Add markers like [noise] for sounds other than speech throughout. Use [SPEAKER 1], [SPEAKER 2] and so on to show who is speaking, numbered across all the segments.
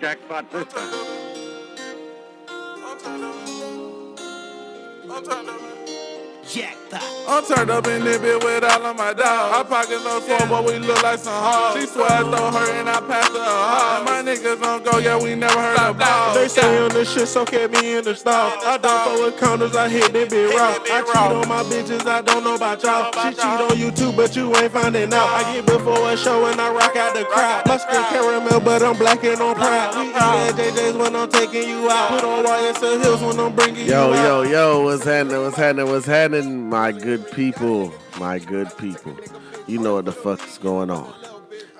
[SPEAKER 1] jackpot.
[SPEAKER 2] Jackpot.
[SPEAKER 3] I'm turned up in this bitch with all of my dogs. I pockets no full, but we look like some hogs. She swear I throw her and I pass her a hog. My niggas don't go, yeah, we never heard of balls.
[SPEAKER 4] They say on this shit, so kept me in the stall. I don't fuck with counters, I hit that bitch raw. I cheat on my bitches, I don't know about y'all. She cheat on you too, but you ain't finding out. I get before a show and I rock out the crowd. My skin caramel, but I'm blacking on pride. We eat at JJ's when I'm taking you out. Put on YSL Hills when I'm bringing
[SPEAKER 5] Yo,
[SPEAKER 4] you out.
[SPEAKER 5] yo, yo, what's happening? What's happening? What's happening? My good people, my good people. You know what the fuck is going on.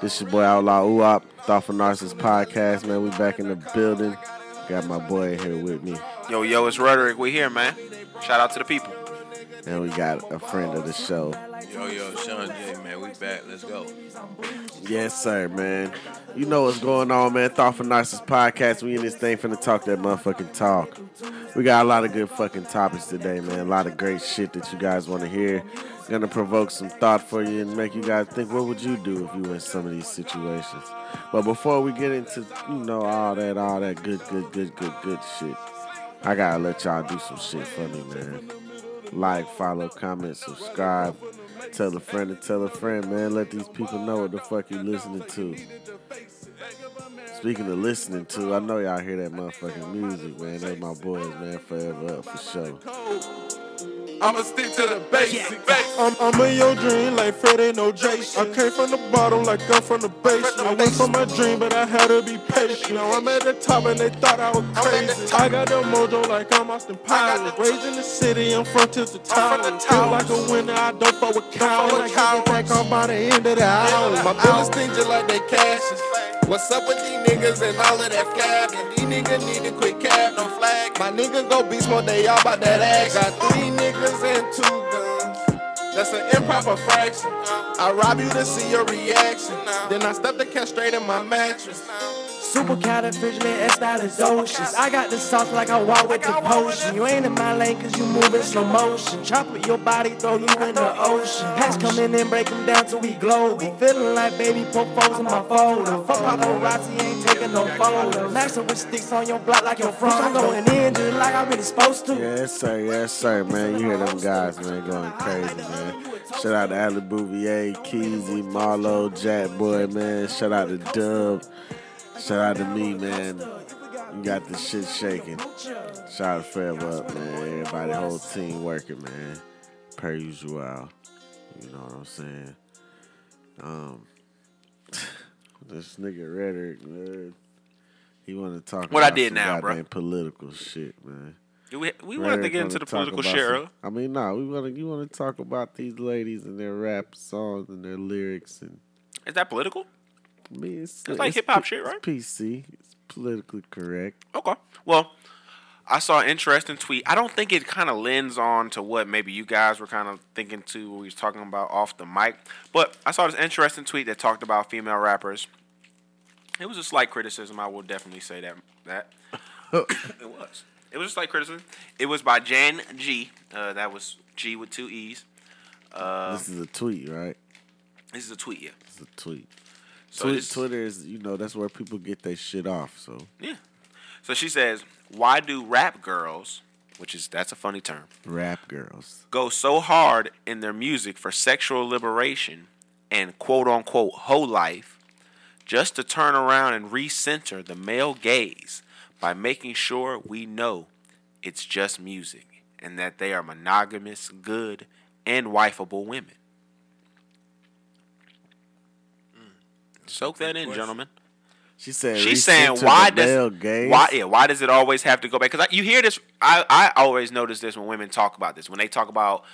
[SPEAKER 5] This your boy Outlaw Uop, Thought for Narcissist Podcast, man. We back in the building. Got my boy here with me.
[SPEAKER 2] Yo, yo, it's Roderick. We here, man. Shout out to the people.
[SPEAKER 5] And we got a friend of the show.
[SPEAKER 6] Yo, yo, Sean J, man, we back. Let's go.
[SPEAKER 5] Yes, sir, man. You know what's going on, man. Thought for Narcissist Podcast. We in this thing finna talk that motherfucking talk. We got a lot of good fucking topics today, man. A lot of great shit that you guys want to hear. Gonna provoke some thought for you and make you guys think what would you do if you were in some of these situations. But before we get into, you know, all that, all that good, good, good, good, good shit, I gotta let y'all do some shit for me, man. Like, follow, comment, subscribe. Tell a friend to tell a friend, man. Let these people know what the fuck you listening to. Speaking of listening to, I know y'all hear that motherfucking music, man. They my boys, man. Forever up for sure.
[SPEAKER 3] I'ma stick to the basics. basics.
[SPEAKER 4] I'm, I'm in your dream like Freddie no Jason. I came from the bottom like I'm from the basement. I went for my dream, but I had to be patient. Now I'm at the top and they thought I was crazy. I got the mojo like I'm Austin Powers. Raised in the city, I'm from to the tower. Feel like a winner, I don't fuck with cowards. I get it back on by the end of the hour.
[SPEAKER 3] My bills stingy like they cashes. What's up with these niggas and all of that flagging? These niggas need to quit cap, no flag. My niggas go beast mode, they all about that ass. Got three niggas and two guns. That's an improper fraction. I rob you to see your reaction. Then I step the cat straight in my mattress.
[SPEAKER 7] Supercalifragilisticexpialidocious. I got the sauce like I walk with the potion. You ain't in my lane cause you move in slow motion. Chop up your body, throw you in the ocean. Hats coming in, break them down till we global. Feeling like baby popos in my folder. Fuck paparazzi, ain't taking no photos. Maxing with sticks on your block like your front. I'm going in just like I really
[SPEAKER 5] [laughs]
[SPEAKER 7] supposed to.
[SPEAKER 5] Yes, sir. Yes, sir, man. You hear them guys, man, going crazy, man. Shout out to Ali Bouvier, Keezy, Marlo, Jack Boy, man. Shout out to Dub. Shout out to me, man. You got this shit shaking. Shout out to Forever Up, man. Everybody, whole team working, man. Per usual. You know what I'm saying? Um, [laughs] this nigga rhetoric, man. He want to talk
[SPEAKER 2] What I
[SPEAKER 5] about
[SPEAKER 2] did
[SPEAKER 5] some
[SPEAKER 2] now, bro.
[SPEAKER 5] goddamn political shit, man.
[SPEAKER 2] Do we we wanted to
[SPEAKER 5] Rhetoric
[SPEAKER 2] get
[SPEAKER 5] wanna
[SPEAKER 2] into the
[SPEAKER 5] talk
[SPEAKER 2] political
[SPEAKER 5] about
[SPEAKER 2] shit,
[SPEAKER 5] some-
[SPEAKER 2] earlier.
[SPEAKER 5] I mean, nah, we want to. You want to talk about these ladies and their rap songs and their lyrics and.
[SPEAKER 2] Is that political?
[SPEAKER 5] I mean, it's,
[SPEAKER 2] It's like hip-hop
[SPEAKER 5] P-
[SPEAKER 2] shit, right?
[SPEAKER 5] It's PC. It's politically correct.
[SPEAKER 2] Okay. Well, I saw an interesting tweet. I don't think it kind of lends on to what maybe you guys were kind of thinking too, what we was talking about off the mic. But I saw this interesting tweet that talked about female rappers. It was a slight criticism. I will definitely say that that it was. It was a slight criticism. It was by Jan G. Uh, that was G with two E's. Oh.
[SPEAKER 5] this is a tweet, right?
[SPEAKER 2] This is a tweet, yeah.
[SPEAKER 5] It's a tweet.
[SPEAKER 2] So
[SPEAKER 5] Twi-
[SPEAKER 2] this-
[SPEAKER 5] Twitter is, you know, that's where people get their shit off. So
[SPEAKER 2] Yeah. So she says, "Why do rap girls, which is that's a funny term,
[SPEAKER 5] rap girls.
[SPEAKER 2] go so hard in their music for sexual liberation and quote unquote whole life just to turn around and recenter the male gaze by making sure we know it's just music and that they are monogamous, good, and wifeable women. Soak that in, gentlemen.
[SPEAKER 5] She said.
[SPEAKER 2] She's
[SPEAKER 5] "Reach
[SPEAKER 2] saying
[SPEAKER 5] into
[SPEAKER 2] why
[SPEAKER 5] the
[SPEAKER 2] does
[SPEAKER 5] male gaze."
[SPEAKER 2] why yeah why does it always have to go back? Because you hear this, I I always notice this when women talk about this when they talk about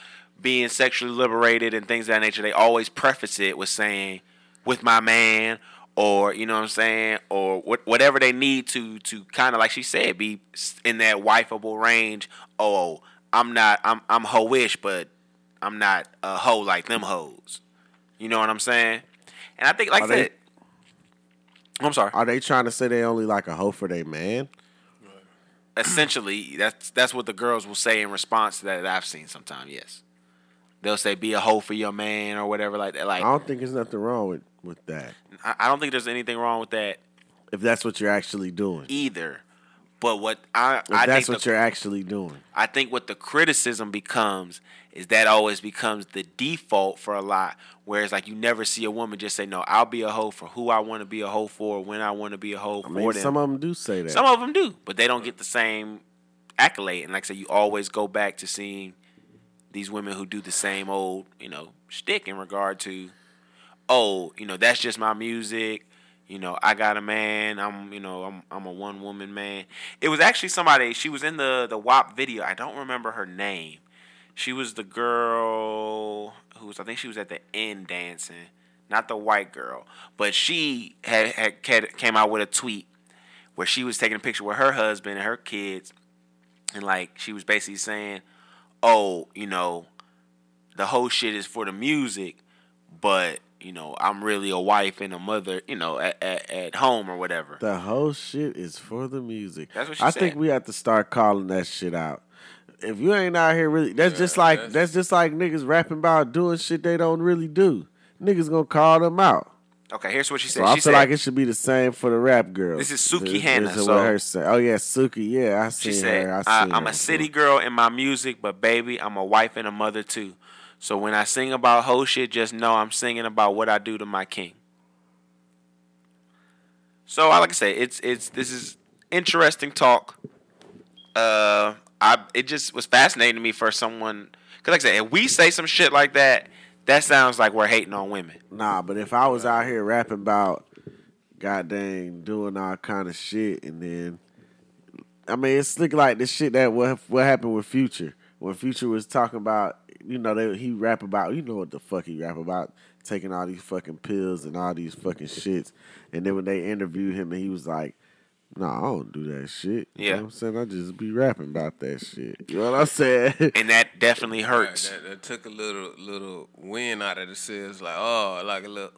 [SPEAKER 2] being sexually liberated and things of that nature. They always preface it with saying with my man or you know what I'm saying or what, whatever they need to to kind of like she said be s- in that wifeable range. Oh, I'm not I'm I'm hoish, but I'm not a hoe like them hoes. You know what I'm saying? And I think like
[SPEAKER 5] Are
[SPEAKER 2] I
[SPEAKER 5] they-
[SPEAKER 2] said. I'm sorry.
[SPEAKER 5] Are they trying to say they only like a hoe for their man?
[SPEAKER 2] essentially that's that's what the girls will say in response to that, that I've seen sometime. Yes, they'll say be a hoe for your man or whatever like that.
[SPEAKER 5] I
[SPEAKER 2] Like I
[SPEAKER 5] don't think there's nothing wrong with with that.
[SPEAKER 2] I don't think there's anything wrong with that
[SPEAKER 5] If that's what you're actually doing.
[SPEAKER 2] either. But what I
[SPEAKER 5] If
[SPEAKER 2] I
[SPEAKER 5] that's
[SPEAKER 2] think
[SPEAKER 5] what
[SPEAKER 2] the,
[SPEAKER 5] you're actually doing.
[SPEAKER 2] I think what the criticism becomes is that always becomes the default for a lot. Whereas like you never see a woman just say no, I'll be a hoe for who I want to be a hoe for, when I want to be a hoe
[SPEAKER 5] I
[SPEAKER 2] for
[SPEAKER 5] mean,
[SPEAKER 2] them.
[SPEAKER 5] some of them do say that.
[SPEAKER 2] Some of them do, but they don't get the same accolade. And like I said, you always go back to seeing these women who do the same old, you know, shtick in regard to, oh, you know, that's just my music. You know, I got a man. I'm, you know, I'm, I'm a one woman man. It was actually somebody. She was in the the WAP video. I don't remember her name. She was the girl who was. I think she was at the end dancing, not the white girl. But she had, had had- came out with a tweet where she was taking a picture with her husband and her kids, and like she was basically saying, "Oh, you know, the whole shit is for the music, but you know, I'm really a wife and a mother, you know, at at, at home or whatever."
[SPEAKER 5] The whole shit is for the music.
[SPEAKER 2] That's what she
[SPEAKER 5] I
[SPEAKER 2] said.
[SPEAKER 5] think we have to start calling that shit out. If you ain't out here really, that's just like that's, just like niggas rapping about doing shit they don't really do. Niggas gonna call them out.
[SPEAKER 2] Okay, here's what she said.
[SPEAKER 5] So I
[SPEAKER 2] she
[SPEAKER 5] feel
[SPEAKER 2] said,
[SPEAKER 5] like it should be the same for the rap girls.
[SPEAKER 2] This is Suki
[SPEAKER 5] This-
[SPEAKER 2] Hannah,
[SPEAKER 5] this is
[SPEAKER 2] so-
[SPEAKER 5] what her say. Oh yeah, Suki. Yeah, I see
[SPEAKER 2] She said,
[SPEAKER 5] her. I
[SPEAKER 2] I
[SPEAKER 5] seen
[SPEAKER 2] I, am
[SPEAKER 5] her.
[SPEAKER 2] a city girl in my music, but baby, I'm a wife and a mother too. So when I sing about whole shit, just know I'm singing about what I do to my king. So I like I say, it's it's this is interesting talk. Uh, I it just was fascinating to me for someone because like I said, if we say some shit like that, that sounds like we're hating on women.
[SPEAKER 5] Nah, but if I was out here rapping about goddamn doing all kind of slit and then I mean it's slick like the shit that what what happened with Future. When Future was talking about you know, they, he rap about you know what the fuck he rap about taking all these fucking pills and all these fucking shits. And then when they interviewed him and he was like no, I don't do that shit. You
[SPEAKER 2] Yeah.
[SPEAKER 5] know what I'm saying? I just be rapping about that shit. You know what I'm saying? [laughs]
[SPEAKER 2] And that definitely hurts.
[SPEAKER 6] That, that took a little little wind out of the sails. Like oh, like a little,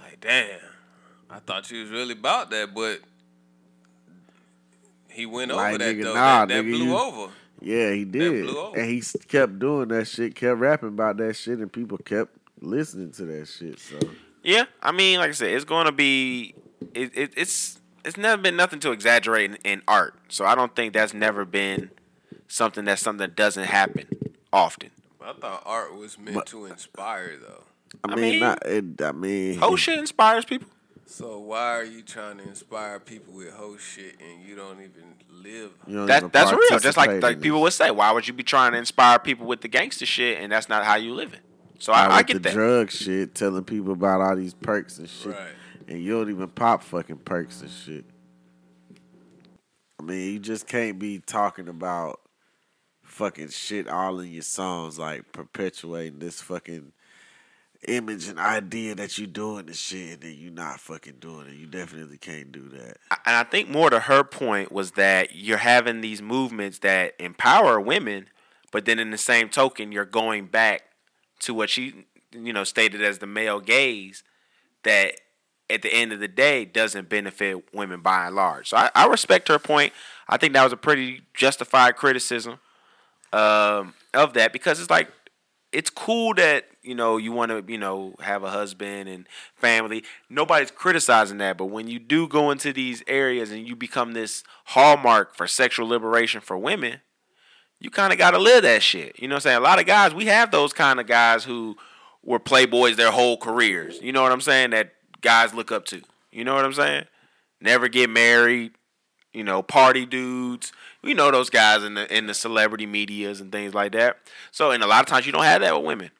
[SPEAKER 6] like damn. I thought you was really about that, but he went over
[SPEAKER 5] Like,
[SPEAKER 6] that
[SPEAKER 5] nigga,
[SPEAKER 6] though.
[SPEAKER 5] nah,
[SPEAKER 6] that that
[SPEAKER 5] nigga,
[SPEAKER 6] blew
[SPEAKER 5] you-
[SPEAKER 6] over.
[SPEAKER 5] Yeah, he did.
[SPEAKER 6] blew over.
[SPEAKER 5] And he s- kept doing that shit, kept rapping about that shit, and people kept listening to that shit. So
[SPEAKER 2] Yeah, I mean, like I said, it's going to be it, it, it's it's never been nothing to exaggerate in, in art. So I don't think that's never been something that's something that doesn't happen often.
[SPEAKER 6] I thought art was meant to inspire though.
[SPEAKER 5] I, mean,
[SPEAKER 2] mean-
[SPEAKER 5] not, it, I mean,
[SPEAKER 2] Oh shit inspires people.
[SPEAKER 6] So why are you trying to inspire people with whole shit and you don't even live?
[SPEAKER 5] you don't even
[SPEAKER 2] That that's real.
[SPEAKER 5] participate
[SPEAKER 2] Just like
[SPEAKER 5] in
[SPEAKER 2] like
[SPEAKER 5] it.
[SPEAKER 2] people would say, why would you be trying to inspire people with the gangster shit and that's not how you live it? So
[SPEAKER 5] Like
[SPEAKER 2] I, I
[SPEAKER 5] with
[SPEAKER 2] get
[SPEAKER 5] the
[SPEAKER 2] that.
[SPEAKER 5] drug shit, telling people about all these perks and shit,
[SPEAKER 6] Right.
[SPEAKER 5] and you don't even pop fucking perks and shit. I mean, you just can't be talking about fucking shit all in your songs, like perpetuating this fucking image and idea that you doing the shit and then you not fucking doing it. You definitely can't do that.
[SPEAKER 2] and I think more to her point was that you're having these movements that empower women, but then in the same token, you're going back to what she, you know, stated as the male gaze that at the end of the day doesn't benefit women by and large. So I, I respect her point. I think that was a pretty justified criticism um, of that because it's like it's cool that you know you want to you know have a husband and family. Nobody's criticizing that, but when you do go into these areas and you become this hallmark for sexual liberation for women, you kind of got to live that shit. You know what I'm saying? A lot of guys, we have those kind of guys who were playboys their whole careers. You know what I'm saying? That guys look up to. You know what I'm saying? Never get married, you know, party dudes. We know those guys in the in the celebrity medias and things like that. So, and a lot of times you don't have that with women.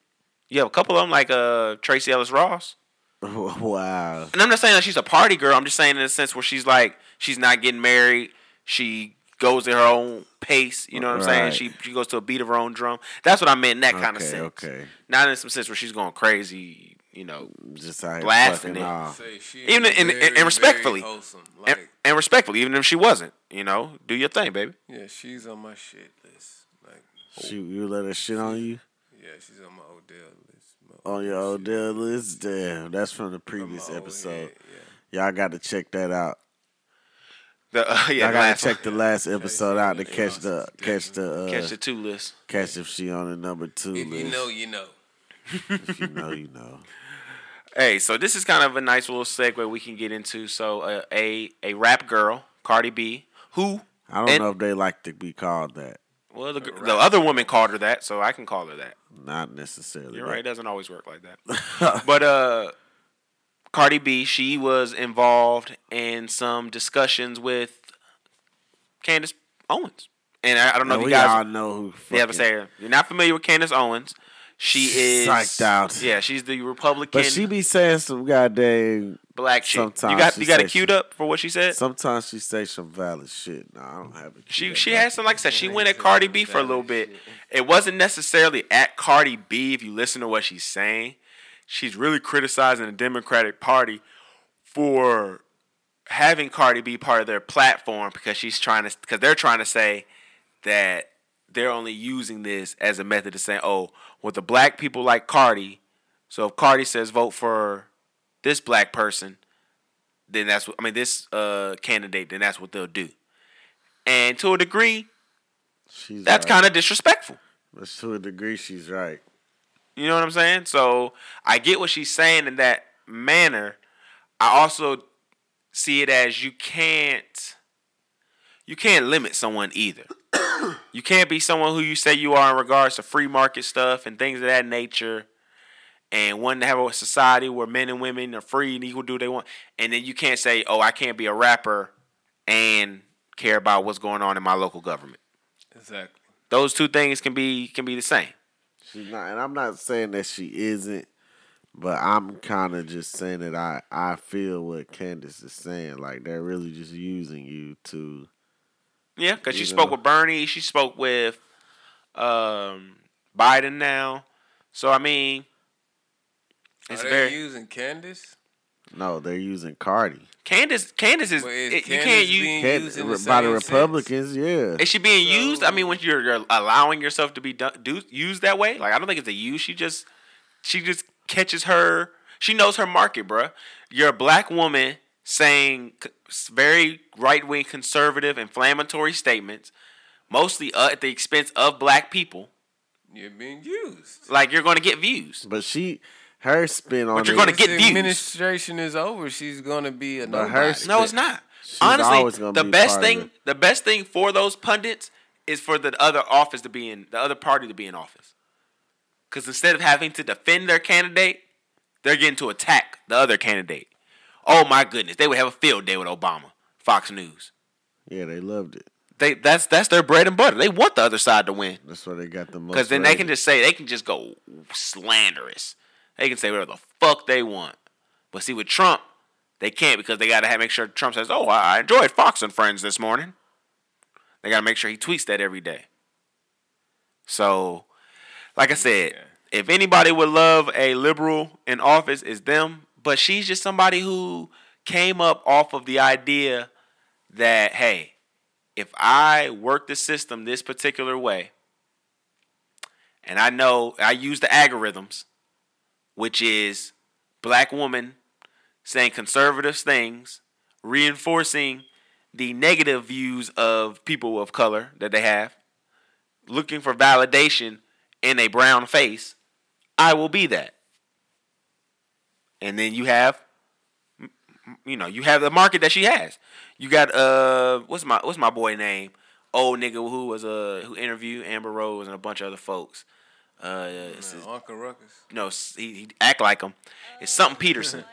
[SPEAKER 2] You have a couple of them, like uh Tracy Ellis Ross.
[SPEAKER 5] [laughs] wow.
[SPEAKER 2] And I'm not saying that she's a party girl. I'm just saying in a sense where she's like she's not getting married. She goes at her own pace. You know what I'm
[SPEAKER 5] Right.
[SPEAKER 2] saying? She she goes to a beat of her own drum. That's what I meant in that kind of
[SPEAKER 5] Okay,
[SPEAKER 2] sense.
[SPEAKER 5] okay.
[SPEAKER 2] Not in some sense where she's going crazy. You know,
[SPEAKER 5] Just out here
[SPEAKER 2] Blasting
[SPEAKER 5] fucking
[SPEAKER 2] it.
[SPEAKER 5] off.
[SPEAKER 6] Say she
[SPEAKER 2] Even
[SPEAKER 6] is
[SPEAKER 2] in- in-
[SPEAKER 6] very,
[SPEAKER 2] and respectfully.
[SPEAKER 6] very wholesome.
[SPEAKER 2] and,
[SPEAKER 6] Like,
[SPEAKER 2] and respectfully, even if she wasn't, you know, do your thing, baby.
[SPEAKER 6] yeah, she's on my shit list. Like,
[SPEAKER 5] She, you let her shit on you?
[SPEAKER 6] yeah, she's on my Odell list. My
[SPEAKER 5] On your
[SPEAKER 6] Odell
[SPEAKER 5] old
[SPEAKER 6] shit.
[SPEAKER 5] deal list? Damn, that's from the
[SPEAKER 6] I'm
[SPEAKER 5] previous
[SPEAKER 6] a old
[SPEAKER 5] episode.
[SPEAKER 6] head, yeah.
[SPEAKER 5] Y'all got to check that out.
[SPEAKER 2] The, uh, [laughs] yeah,
[SPEAKER 5] I
[SPEAKER 2] the
[SPEAKER 5] gotta
[SPEAKER 2] last
[SPEAKER 5] check the last episode out to
[SPEAKER 6] Yeah.
[SPEAKER 5] catch the catch the uh,
[SPEAKER 2] one. catch the two list.
[SPEAKER 5] catch if she on the number two
[SPEAKER 6] If you
[SPEAKER 5] list.
[SPEAKER 6] know, you know.
[SPEAKER 2] [laughs]
[SPEAKER 5] If you know, you know.
[SPEAKER 2] Hey, so this is kind of a nice little segue we can get into. So uh, a a rap girl, Cardi B, who
[SPEAKER 5] I don't
[SPEAKER 2] and-
[SPEAKER 5] know if they like to be called that.
[SPEAKER 2] Well, the, the other woman called her that, so I can call her that.
[SPEAKER 5] Not necessarily.
[SPEAKER 2] You're
[SPEAKER 5] but
[SPEAKER 2] right. It doesn't always work like
[SPEAKER 5] [laughs]
[SPEAKER 2] that. but uh, Cardi B, she was involved in some discussions with Candace Owens, and I, I don't know
[SPEAKER 5] and
[SPEAKER 2] if
[SPEAKER 5] we
[SPEAKER 2] you guys
[SPEAKER 5] all know who.
[SPEAKER 2] they ever
[SPEAKER 5] Oh, fucking-
[SPEAKER 2] say her. You're not familiar with Candace Owens. She is
[SPEAKER 5] Psyched out.
[SPEAKER 2] Yeah, she's the Republican
[SPEAKER 5] But she be saying some goddamn.
[SPEAKER 2] black chick. you
[SPEAKER 5] sometimes
[SPEAKER 2] got
[SPEAKER 5] she
[SPEAKER 2] you got it
[SPEAKER 5] says she-
[SPEAKER 2] queued up for what she said.
[SPEAKER 5] Sometimes she say some valid shit. No, I don't have it.
[SPEAKER 2] She
[SPEAKER 5] Yeah,
[SPEAKER 2] she
[SPEAKER 5] man.
[SPEAKER 2] had some like I said, she went at Cardi B for a little bit. It wasn't necessarily at Cardi B if you listen to what she's saying. She's really criticizing the Democratic Party for having Cardi be part of their platform because she's trying to because they're trying to say that they're only using this as a method to say, oh, well the black people like Cardi, so if Cardi says vote for this black person, then that's what I mean this uh candidate, then that's what they'll do. And to a degree,
[SPEAKER 5] She's
[SPEAKER 2] that's
[SPEAKER 5] right.
[SPEAKER 2] kind of disrespectful.
[SPEAKER 5] But to a degree, she's right.
[SPEAKER 2] You know what I'm saying? So I get what she's saying in that manner. I also see it as you can't you can't limit someone either. [coughs] you can't be someone who you say you are in regards to free market stuff and things of that nature and wanting to have a society where men and women are free and equal do what they want. And then you can't say, Oh, I can't be a rapper and care about what's going on in my local government.
[SPEAKER 6] Exactly.
[SPEAKER 2] Those two things can be can be the same.
[SPEAKER 5] She's not, and I'm not saying that she isn't, but I'm kind of just saying that I I feel what Candace is saying. Like they're really just using you to.
[SPEAKER 2] Yeah, because she
[SPEAKER 5] You
[SPEAKER 2] spoke
[SPEAKER 5] know.
[SPEAKER 2] with Bernie. She spoke with um, Biden now. So I mean, it's
[SPEAKER 6] Are they
[SPEAKER 2] very
[SPEAKER 6] using Candace?
[SPEAKER 5] No, they're using Cardi.
[SPEAKER 2] Candace. Candace is,
[SPEAKER 6] Well, is
[SPEAKER 2] it- you
[SPEAKER 6] Candace
[SPEAKER 2] can't use.
[SPEAKER 6] being-
[SPEAKER 5] Can,
[SPEAKER 6] using the
[SPEAKER 5] by the
[SPEAKER 6] same
[SPEAKER 5] Republicans, yeah.
[SPEAKER 2] is she being used? I mean, when you're, you're allowing yourself to be do, do, used that way, like I don't think it's a use. She just she just catches her. She knows her market, bruh. You're a black woman saying c- s- very right wing, conservative, inflammatory statements, mostly uh, at the expense of black people.
[SPEAKER 6] You're being used.
[SPEAKER 2] Like you're going to get views.
[SPEAKER 5] But she, her spin on
[SPEAKER 2] But you're
[SPEAKER 5] it-
[SPEAKER 2] gonna get
[SPEAKER 6] This
[SPEAKER 2] views.
[SPEAKER 6] administration is over. She's gonna be a
[SPEAKER 5] But
[SPEAKER 6] nobody.
[SPEAKER 5] her
[SPEAKER 2] No, it's not.
[SPEAKER 5] She's always
[SPEAKER 2] Honestly,
[SPEAKER 5] gonna
[SPEAKER 2] the
[SPEAKER 5] be
[SPEAKER 2] best
[SPEAKER 5] part of
[SPEAKER 2] thing
[SPEAKER 5] it.
[SPEAKER 2] the best thing for those pundits is for the other office to be in the other party to be in office. Cuz instead of having to defend their candidate, they're getting to attack the other candidate. Oh my goodness, they would have a field day with Obama. Fox News.
[SPEAKER 5] Yeah, they loved it.
[SPEAKER 2] They that's that's their bread and butter. They want the other side to win.
[SPEAKER 5] That's why they got the most.
[SPEAKER 2] Because then they can
[SPEAKER 5] rated.
[SPEAKER 2] just say they can just go slanderous. They can say whatever the fuck they want. But see, with Trump, they can't because they gotta have, make sure Trump says, "Oh, I I enjoyed Fox and Friends this morning." They gotta make sure he tweets that every day. So, like I said, if anybody would love a liberal in office, is them. But she's just somebody who came up off of the idea that hey, if I work the system this particular way, and I know I use the algorithms, which is black woman saying conservative things, reinforcing the negative views of people of color that they have, looking for validation in a brown face. I will be that. And then you have you know, you have the market that she has. You got uh, what's my what's my boy name? Old nigga who was uh who interviewed Amber Rose and a bunch of other folks. Uh, it's- it's-
[SPEAKER 6] Uncle Ruckus.
[SPEAKER 2] no, s- he, he act like him. It's something Peterson.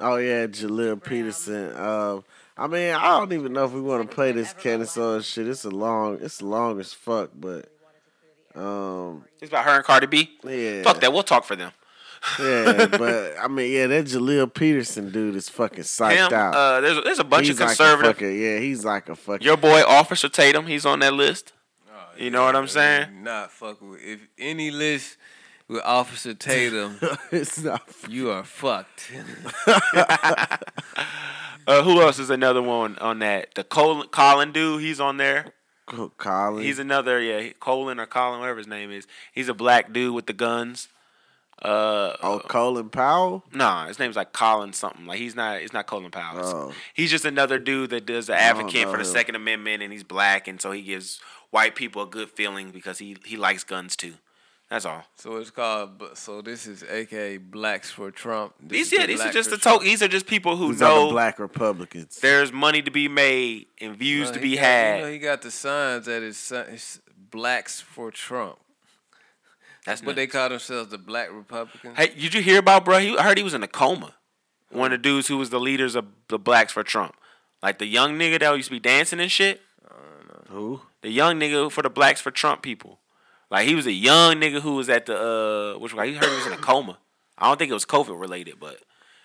[SPEAKER 5] Oh yeah, Jaleel Peterson. Um, I mean, I don't even know if we want to play this Candace Owens shit. It's a long, it's long as fuck, but um,
[SPEAKER 2] It's about her and Cardi B.
[SPEAKER 5] yeah,
[SPEAKER 2] Fuck that. We'll talk for them. [laughs]
[SPEAKER 5] yeah. But I mean, yeah, that Jaleel Peterson dude is fucking psyched
[SPEAKER 2] Him,
[SPEAKER 5] out.
[SPEAKER 2] uh, there's a, there's a bunch
[SPEAKER 5] He's
[SPEAKER 2] of
[SPEAKER 5] like a
[SPEAKER 2] conservative.
[SPEAKER 5] fucking- yeah, he's like a fucking.
[SPEAKER 2] Your boy Officer Tatum, he's on that list. You know what I'm saying?
[SPEAKER 6] Not fuck with. If any list with Officer
[SPEAKER 2] [laughs]
[SPEAKER 6] Tatum,
[SPEAKER 5] [laughs] it's not.
[SPEAKER 6] you are fucked.
[SPEAKER 2] Uh, who else is another one on that? The Colin, Colin dude, he's on there.
[SPEAKER 5] oh, Colin.
[SPEAKER 2] He's another, yeah, Colin or Colin, whatever his name is. He's a black dude with the guns. Uh,
[SPEAKER 5] oh, Colin Powell.
[SPEAKER 2] nah, his name's like Colin something. Like he's not, it's not Colin Powell. It's-
[SPEAKER 5] Oh.
[SPEAKER 2] He's just another dude that does the advocate
[SPEAKER 5] know
[SPEAKER 2] for the
[SPEAKER 5] him.
[SPEAKER 2] Second Amendment, and he's black, and so he gives white people a good feeling because he he likes guns too. That's all.
[SPEAKER 6] So it's called. bu- So this is AKA Blacks for Trump. This
[SPEAKER 2] These,
[SPEAKER 6] is
[SPEAKER 2] yeah, these are
[SPEAKER 6] Black
[SPEAKER 2] just
[SPEAKER 6] for
[SPEAKER 2] the talk.
[SPEAKER 6] Trump.
[SPEAKER 2] These are just people who
[SPEAKER 5] These are the
[SPEAKER 2] know
[SPEAKER 5] black Republicans.
[SPEAKER 2] there's money to be made and views
[SPEAKER 6] No,
[SPEAKER 2] to
[SPEAKER 6] Oh, he
[SPEAKER 2] be
[SPEAKER 6] got-
[SPEAKER 2] had.
[SPEAKER 6] You know, he got the signs at his, son- his Blacks for Trump.
[SPEAKER 2] That's
[SPEAKER 6] But they call themselves the Black Republicans.
[SPEAKER 2] Hey, did you hear about bro? He, I heard he was in a coma. One of the dudes who was the leaders of the blacks for Trump, like the young nigga that used to be dancing and shit.
[SPEAKER 5] Who?
[SPEAKER 2] The young nigga for the blacks for Trump people. Like he was a young nigga who was at the uh, which one? I heard he was in a coma. I don't think it was COVID related, but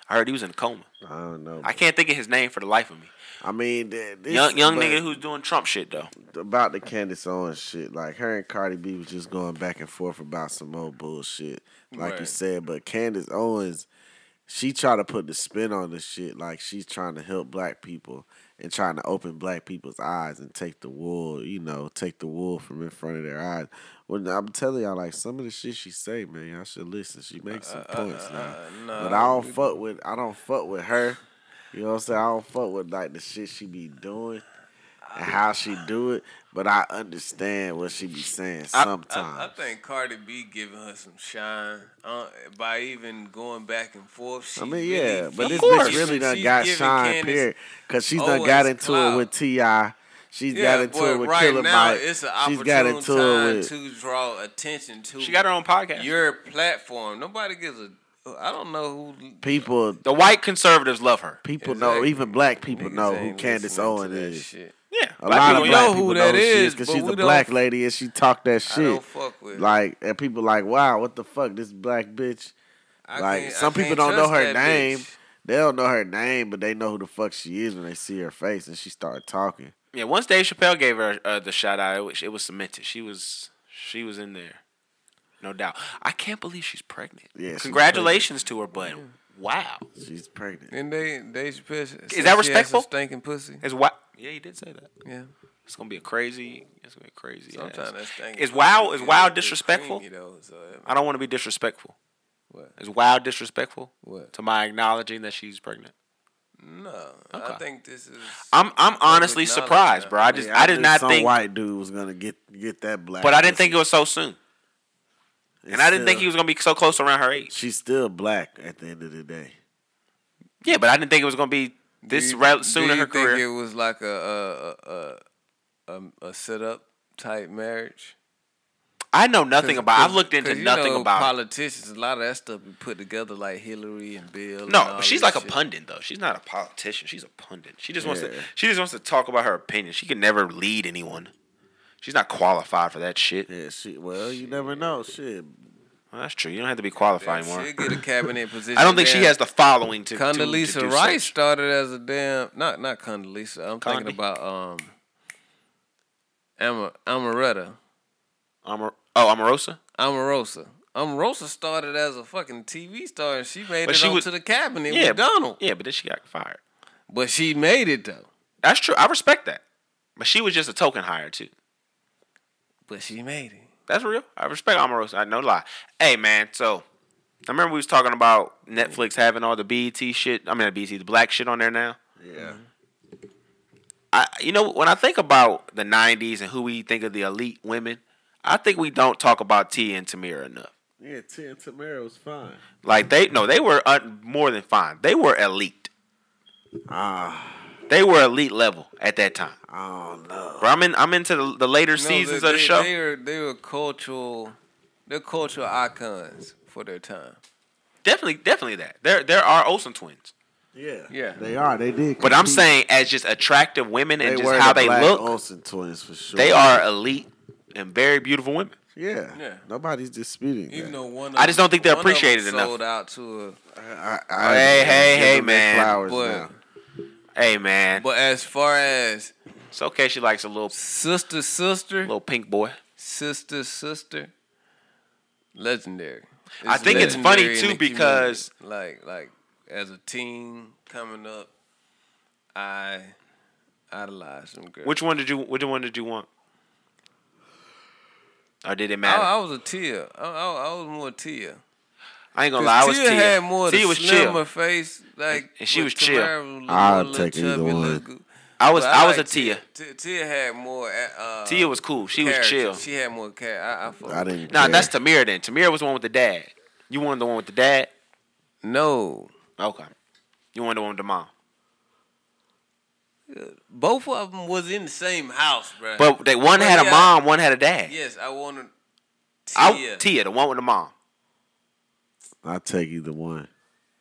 [SPEAKER 2] I heard he was in a coma.
[SPEAKER 5] I don't know.
[SPEAKER 2] I can't think of his name for the life of me.
[SPEAKER 5] I mean, th- this,
[SPEAKER 2] Young young
[SPEAKER 5] but
[SPEAKER 2] nigga who's doing Trump shit though.
[SPEAKER 5] about the Candace Owens shit. Like her and Cardi B was just going back and forth about some old bullshit, like you
[SPEAKER 6] Right.
[SPEAKER 5] said. But Candace Owens, she tried to put the spin on this shit. Like she's trying to help black people and trying to open black people's eyes and take the wool, you know, take the wool from in front of their eyes. Well, I'm telling y'all, like some of the shit she say, man, y'all should listen. She makes some points now, but I don't fuck with. I don't fuck with her. You know what I'm saying? I don't fuck with like the shit she be doing and how she do it, but I understand what she be saying sometimes.
[SPEAKER 6] I, I think Cardi B giving her some shine uh, by even going back and forth. She
[SPEAKER 5] I mean,
[SPEAKER 6] really-
[SPEAKER 5] yeah, but this
[SPEAKER 6] she's
[SPEAKER 5] bitch
[SPEAKER 6] giving-
[SPEAKER 5] really done
[SPEAKER 6] she's
[SPEAKER 5] got
[SPEAKER 6] giving
[SPEAKER 5] shine,
[SPEAKER 6] Candace-
[SPEAKER 5] period. Because she's done got
[SPEAKER 6] Owens
[SPEAKER 5] into it
[SPEAKER 6] clout.
[SPEAKER 5] with T.I. She's
[SPEAKER 6] Yeah,
[SPEAKER 5] got into
[SPEAKER 6] boy,
[SPEAKER 5] it with
[SPEAKER 6] right
[SPEAKER 5] Killer
[SPEAKER 6] now,
[SPEAKER 5] Mike.
[SPEAKER 6] It's an
[SPEAKER 5] she's
[SPEAKER 6] opportune
[SPEAKER 5] got into
[SPEAKER 6] time
[SPEAKER 5] it with.
[SPEAKER 6] to draw attention to.
[SPEAKER 2] She got her own podcast.
[SPEAKER 6] your platform. Nobody gives a. I don't know who.
[SPEAKER 5] people.
[SPEAKER 2] the white conservatives love her.
[SPEAKER 5] People know,
[SPEAKER 6] Exactly.
[SPEAKER 5] even black people
[SPEAKER 6] niggas
[SPEAKER 5] know who
[SPEAKER 6] ain't
[SPEAKER 5] Candace
[SPEAKER 6] listening to
[SPEAKER 5] Owens
[SPEAKER 6] that
[SPEAKER 5] is.
[SPEAKER 6] Shit.
[SPEAKER 2] Yeah,
[SPEAKER 5] A lot of black
[SPEAKER 6] people know who
[SPEAKER 5] people know
[SPEAKER 6] that
[SPEAKER 5] who she is
[SPEAKER 6] is,
[SPEAKER 5] because
[SPEAKER 6] but
[SPEAKER 5] she's
[SPEAKER 6] we
[SPEAKER 5] a
[SPEAKER 6] don't-
[SPEAKER 5] black lady and she talked that
[SPEAKER 6] I
[SPEAKER 5] shit.
[SPEAKER 6] don't fuck with.
[SPEAKER 5] Like, and people like, wow, what the fuck, this black bitch.
[SPEAKER 6] I
[SPEAKER 5] Like
[SPEAKER 6] can't- I
[SPEAKER 5] some people
[SPEAKER 6] can't
[SPEAKER 5] don't know
[SPEAKER 6] trust
[SPEAKER 5] her
[SPEAKER 6] that
[SPEAKER 5] name.
[SPEAKER 6] bitch.
[SPEAKER 5] They don't know her name, but they know who the fuck she is when they see her face and she started talking.
[SPEAKER 2] Yeah, once Dave Chappelle gave her uh, the shout out, it was, it was cemented. She was she was in there, no doubt. I can't believe she's pregnant.
[SPEAKER 5] Yeah, she's
[SPEAKER 2] congratulations to her, but wow,
[SPEAKER 5] She's pregnant.
[SPEAKER 6] And they they should piss.
[SPEAKER 2] Is that respectful?
[SPEAKER 6] Stinking pussy.
[SPEAKER 2] it's wow. Yeah, he did say that.
[SPEAKER 6] Yeah.
[SPEAKER 2] It's gonna be a crazy. It's gonna be a crazy.
[SPEAKER 6] Sometimes
[SPEAKER 2] ass.
[SPEAKER 6] that's stinking.
[SPEAKER 2] is wow
[SPEAKER 6] pussy
[SPEAKER 2] is
[SPEAKER 6] get a
[SPEAKER 2] wow
[SPEAKER 6] little bit
[SPEAKER 2] disrespectful.
[SPEAKER 6] creamy, though, so it-
[SPEAKER 2] I don't want to be disrespectful.
[SPEAKER 6] what?
[SPEAKER 2] Is wow disrespectful
[SPEAKER 6] What?
[SPEAKER 2] to my acknowledging that she's pregnant?
[SPEAKER 6] No,
[SPEAKER 2] Okay.
[SPEAKER 6] I think this is.
[SPEAKER 2] I'm I'm honestly
[SPEAKER 6] acknowledge
[SPEAKER 2] surprised,
[SPEAKER 6] that.
[SPEAKER 2] bro. I just
[SPEAKER 5] Yeah,
[SPEAKER 2] I did
[SPEAKER 5] knew
[SPEAKER 2] not
[SPEAKER 5] some
[SPEAKER 2] think,
[SPEAKER 5] white dude was gonna get get that black.
[SPEAKER 2] but I didn't
[SPEAKER 5] pussy.
[SPEAKER 2] think it was so soon,
[SPEAKER 5] It's
[SPEAKER 2] and I didn't think
[SPEAKER 5] still-
[SPEAKER 2] he was gonna be so close around her age.
[SPEAKER 5] She's still black at the end of the day.
[SPEAKER 2] Yeah, but I didn't think it was gonna be this
[SPEAKER 6] Do you-
[SPEAKER 2] rel- soon
[SPEAKER 6] do
[SPEAKER 2] in
[SPEAKER 6] you
[SPEAKER 2] her
[SPEAKER 6] think
[SPEAKER 2] career.
[SPEAKER 6] It was like a a a a, a, a set up type marriage.
[SPEAKER 2] I know nothing
[SPEAKER 6] 'Cause-
[SPEAKER 2] about. it. I've
[SPEAKER 6] cause-
[SPEAKER 2] looked into
[SPEAKER 6] 'cause you
[SPEAKER 2] nothing
[SPEAKER 6] know,
[SPEAKER 2] about. it.
[SPEAKER 6] politicians. A lot of that stuff be put together like Hillary and Bill. and
[SPEAKER 2] No,
[SPEAKER 6] all
[SPEAKER 2] but she's
[SPEAKER 6] that
[SPEAKER 2] like a
[SPEAKER 6] Oh, shit.
[SPEAKER 2] pundit though. She's not a politician. She's a pundit. She just wants to.
[SPEAKER 5] Yeah.
[SPEAKER 2] She just wants to talk about her opinion. She can never lead anyone. She's not qualified for that shit.
[SPEAKER 5] Yeah, she. Well, you never know. Shit,
[SPEAKER 2] Well, that's true. You don't have to be qualified anymore.
[SPEAKER 6] She'll get
[SPEAKER 2] [laughs]
[SPEAKER 6] a cabinet position.
[SPEAKER 2] I don't think she
[SPEAKER 6] there.
[SPEAKER 2] has the following to. to- to
[SPEAKER 6] Condoleezza
[SPEAKER 2] do
[SPEAKER 6] Rice
[SPEAKER 2] such.
[SPEAKER 6] started as a damn not not Condoleezza. I'm
[SPEAKER 2] Condi.
[SPEAKER 6] thinking about um Ama, Amaretta.
[SPEAKER 2] Amor- oh, Amorosa.
[SPEAKER 6] Omarosa. Omarosa started as a fucking TV star and she made
[SPEAKER 2] But
[SPEAKER 6] it
[SPEAKER 2] she
[SPEAKER 6] onto
[SPEAKER 2] was-
[SPEAKER 6] the cabinet
[SPEAKER 2] Yeah,
[SPEAKER 6] with Donald.
[SPEAKER 2] Yeah, but then she got fired.
[SPEAKER 6] But she made it though.
[SPEAKER 2] That's true. I respect that. But she was just a token hire too.
[SPEAKER 6] But she made it.
[SPEAKER 2] That's real. I respect Omarosa. I no lie. Hey man, so I remember we was talking about Netflix having all the BET shit. I mean, the BET, the black shit on there now.
[SPEAKER 5] yeah.
[SPEAKER 2] I, you know, when I think about the '90s and who we think of the elite women, I think we don't talk about T and Tamira enough.
[SPEAKER 5] Yeah, Tia and Tamara was fine.
[SPEAKER 2] Like they, no, they were un, more than fine. They were elite.
[SPEAKER 5] Ah,
[SPEAKER 2] They were elite level at that time.
[SPEAKER 5] I
[SPEAKER 6] Oh,
[SPEAKER 5] don't know.
[SPEAKER 2] Bro, I'm in, I'm into the, the later seasons
[SPEAKER 6] they,
[SPEAKER 2] of the
[SPEAKER 6] they-
[SPEAKER 2] show.
[SPEAKER 6] They are they were cultural they're cultural icons for their time.
[SPEAKER 2] definitely, definitely that. There, there are Olsen twins.
[SPEAKER 5] Yeah,
[SPEAKER 6] Yeah.
[SPEAKER 5] They are. They did.
[SPEAKER 2] But I'm
[SPEAKER 5] compete.
[SPEAKER 2] saying, as just attractive women
[SPEAKER 5] they
[SPEAKER 2] and
[SPEAKER 5] were
[SPEAKER 2] just how
[SPEAKER 5] the
[SPEAKER 2] they
[SPEAKER 5] black
[SPEAKER 2] look,
[SPEAKER 5] Olsen twins for sure.
[SPEAKER 2] they are elite and very beautiful women.
[SPEAKER 5] Yeah.
[SPEAKER 6] Yeah.
[SPEAKER 5] Nobody's disputing.
[SPEAKER 6] Even
[SPEAKER 5] that.
[SPEAKER 6] though one
[SPEAKER 2] I just don't think they're
[SPEAKER 6] one of 'em
[SPEAKER 2] appreciated enough.
[SPEAKER 6] Sold out to a
[SPEAKER 5] I,
[SPEAKER 6] Oh,
[SPEAKER 5] I,
[SPEAKER 2] Hey,
[SPEAKER 5] I-
[SPEAKER 2] hey,
[SPEAKER 5] give
[SPEAKER 2] hey,
[SPEAKER 5] them their
[SPEAKER 2] man.
[SPEAKER 5] Flowers
[SPEAKER 6] But-
[SPEAKER 5] now.
[SPEAKER 2] Hey man,
[SPEAKER 6] But as far as
[SPEAKER 2] it's okay. She likes a little
[SPEAKER 6] sister, sister,
[SPEAKER 2] little pink boy.
[SPEAKER 6] sister, sister, legendary.
[SPEAKER 2] I think it's funny,
[SPEAKER 6] legendary in
[SPEAKER 2] too,
[SPEAKER 6] the community.
[SPEAKER 2] because-
[SPEAKER 6] like like as a teen coming up, I idolized them girls.
[SPEAKER 2] Which one did you? Which one did you want? Or did it
[SPEAKER 6] I,
[SPEAKER 2] matter?
[SPEAKER 6] I was a Tia. I, I, I was more Tia.
[SPEAKER 2] I ain't gonna lie. Oh, I
[SPEAKER 6] 'Cause
[SPEAKER 2] was
[SPEAKER 6] Tia,
[SPEAKER 2] Tia.
[SPEAKER 6] had more of
[SPEAKER 2] Tia
[SPEAKER 6] the
[SPEAKER 2] was
[SPEAKER 6] slimmer
[SPEAKER 2] chill.
[SPEAKER 6] face, like
[SPEAKER 2] And she
[SPEAKER 6] but
[SPEAKER 2] was chill.
[SPEAKER 6] Tamara was a
[SPEAKER 5] I'll
[SPEAKER 6] little
[SPEAKER 5] take either
[SPEAKER 6] chubby,
[SPEAKER 5] one.
[SPEAKER 6] little goo-
[SPEAKER 2] I was
[SPEAKER 6] But
[SPEAKER 2] I was a
[SPEAKER 6] like
[SPEAKER 2] Tia.
[SPEAKER 6] T- Tia had more. Uh,
[SPEAKER 2] Tia was cool. She was
[SPEAKER 6] character.
[SPEAKER 2] chill.
[SPEAKER 6] She had more character. I, I, fuck-
[SPEAKER 5] I didn't.
[SPEAKER 2] Nah,
[SPEAKER 5] care.
[SPEAKER 2] that's Tamir then. Tamir was the one with the dad. You wanted the one with the dad?
[SPEAKER 6] No,
[SPEAKER 2] Okay. You wanted the one with the mom.
[SPEAKER 6] both of them was in the same house, bro.
[SPEAKER 2] But they one
[SPEAKER 6] But
[SPEAKER 2] had a
[SPEAKER 6] yeah.
[SPEAKER 2] mom, one had a dad.
[SPEAKER 6] yes, I wanted Tia.
[SPEAKER 2] I, Tia, the one with the mom.
[SPEAKER 5] I'll take either one.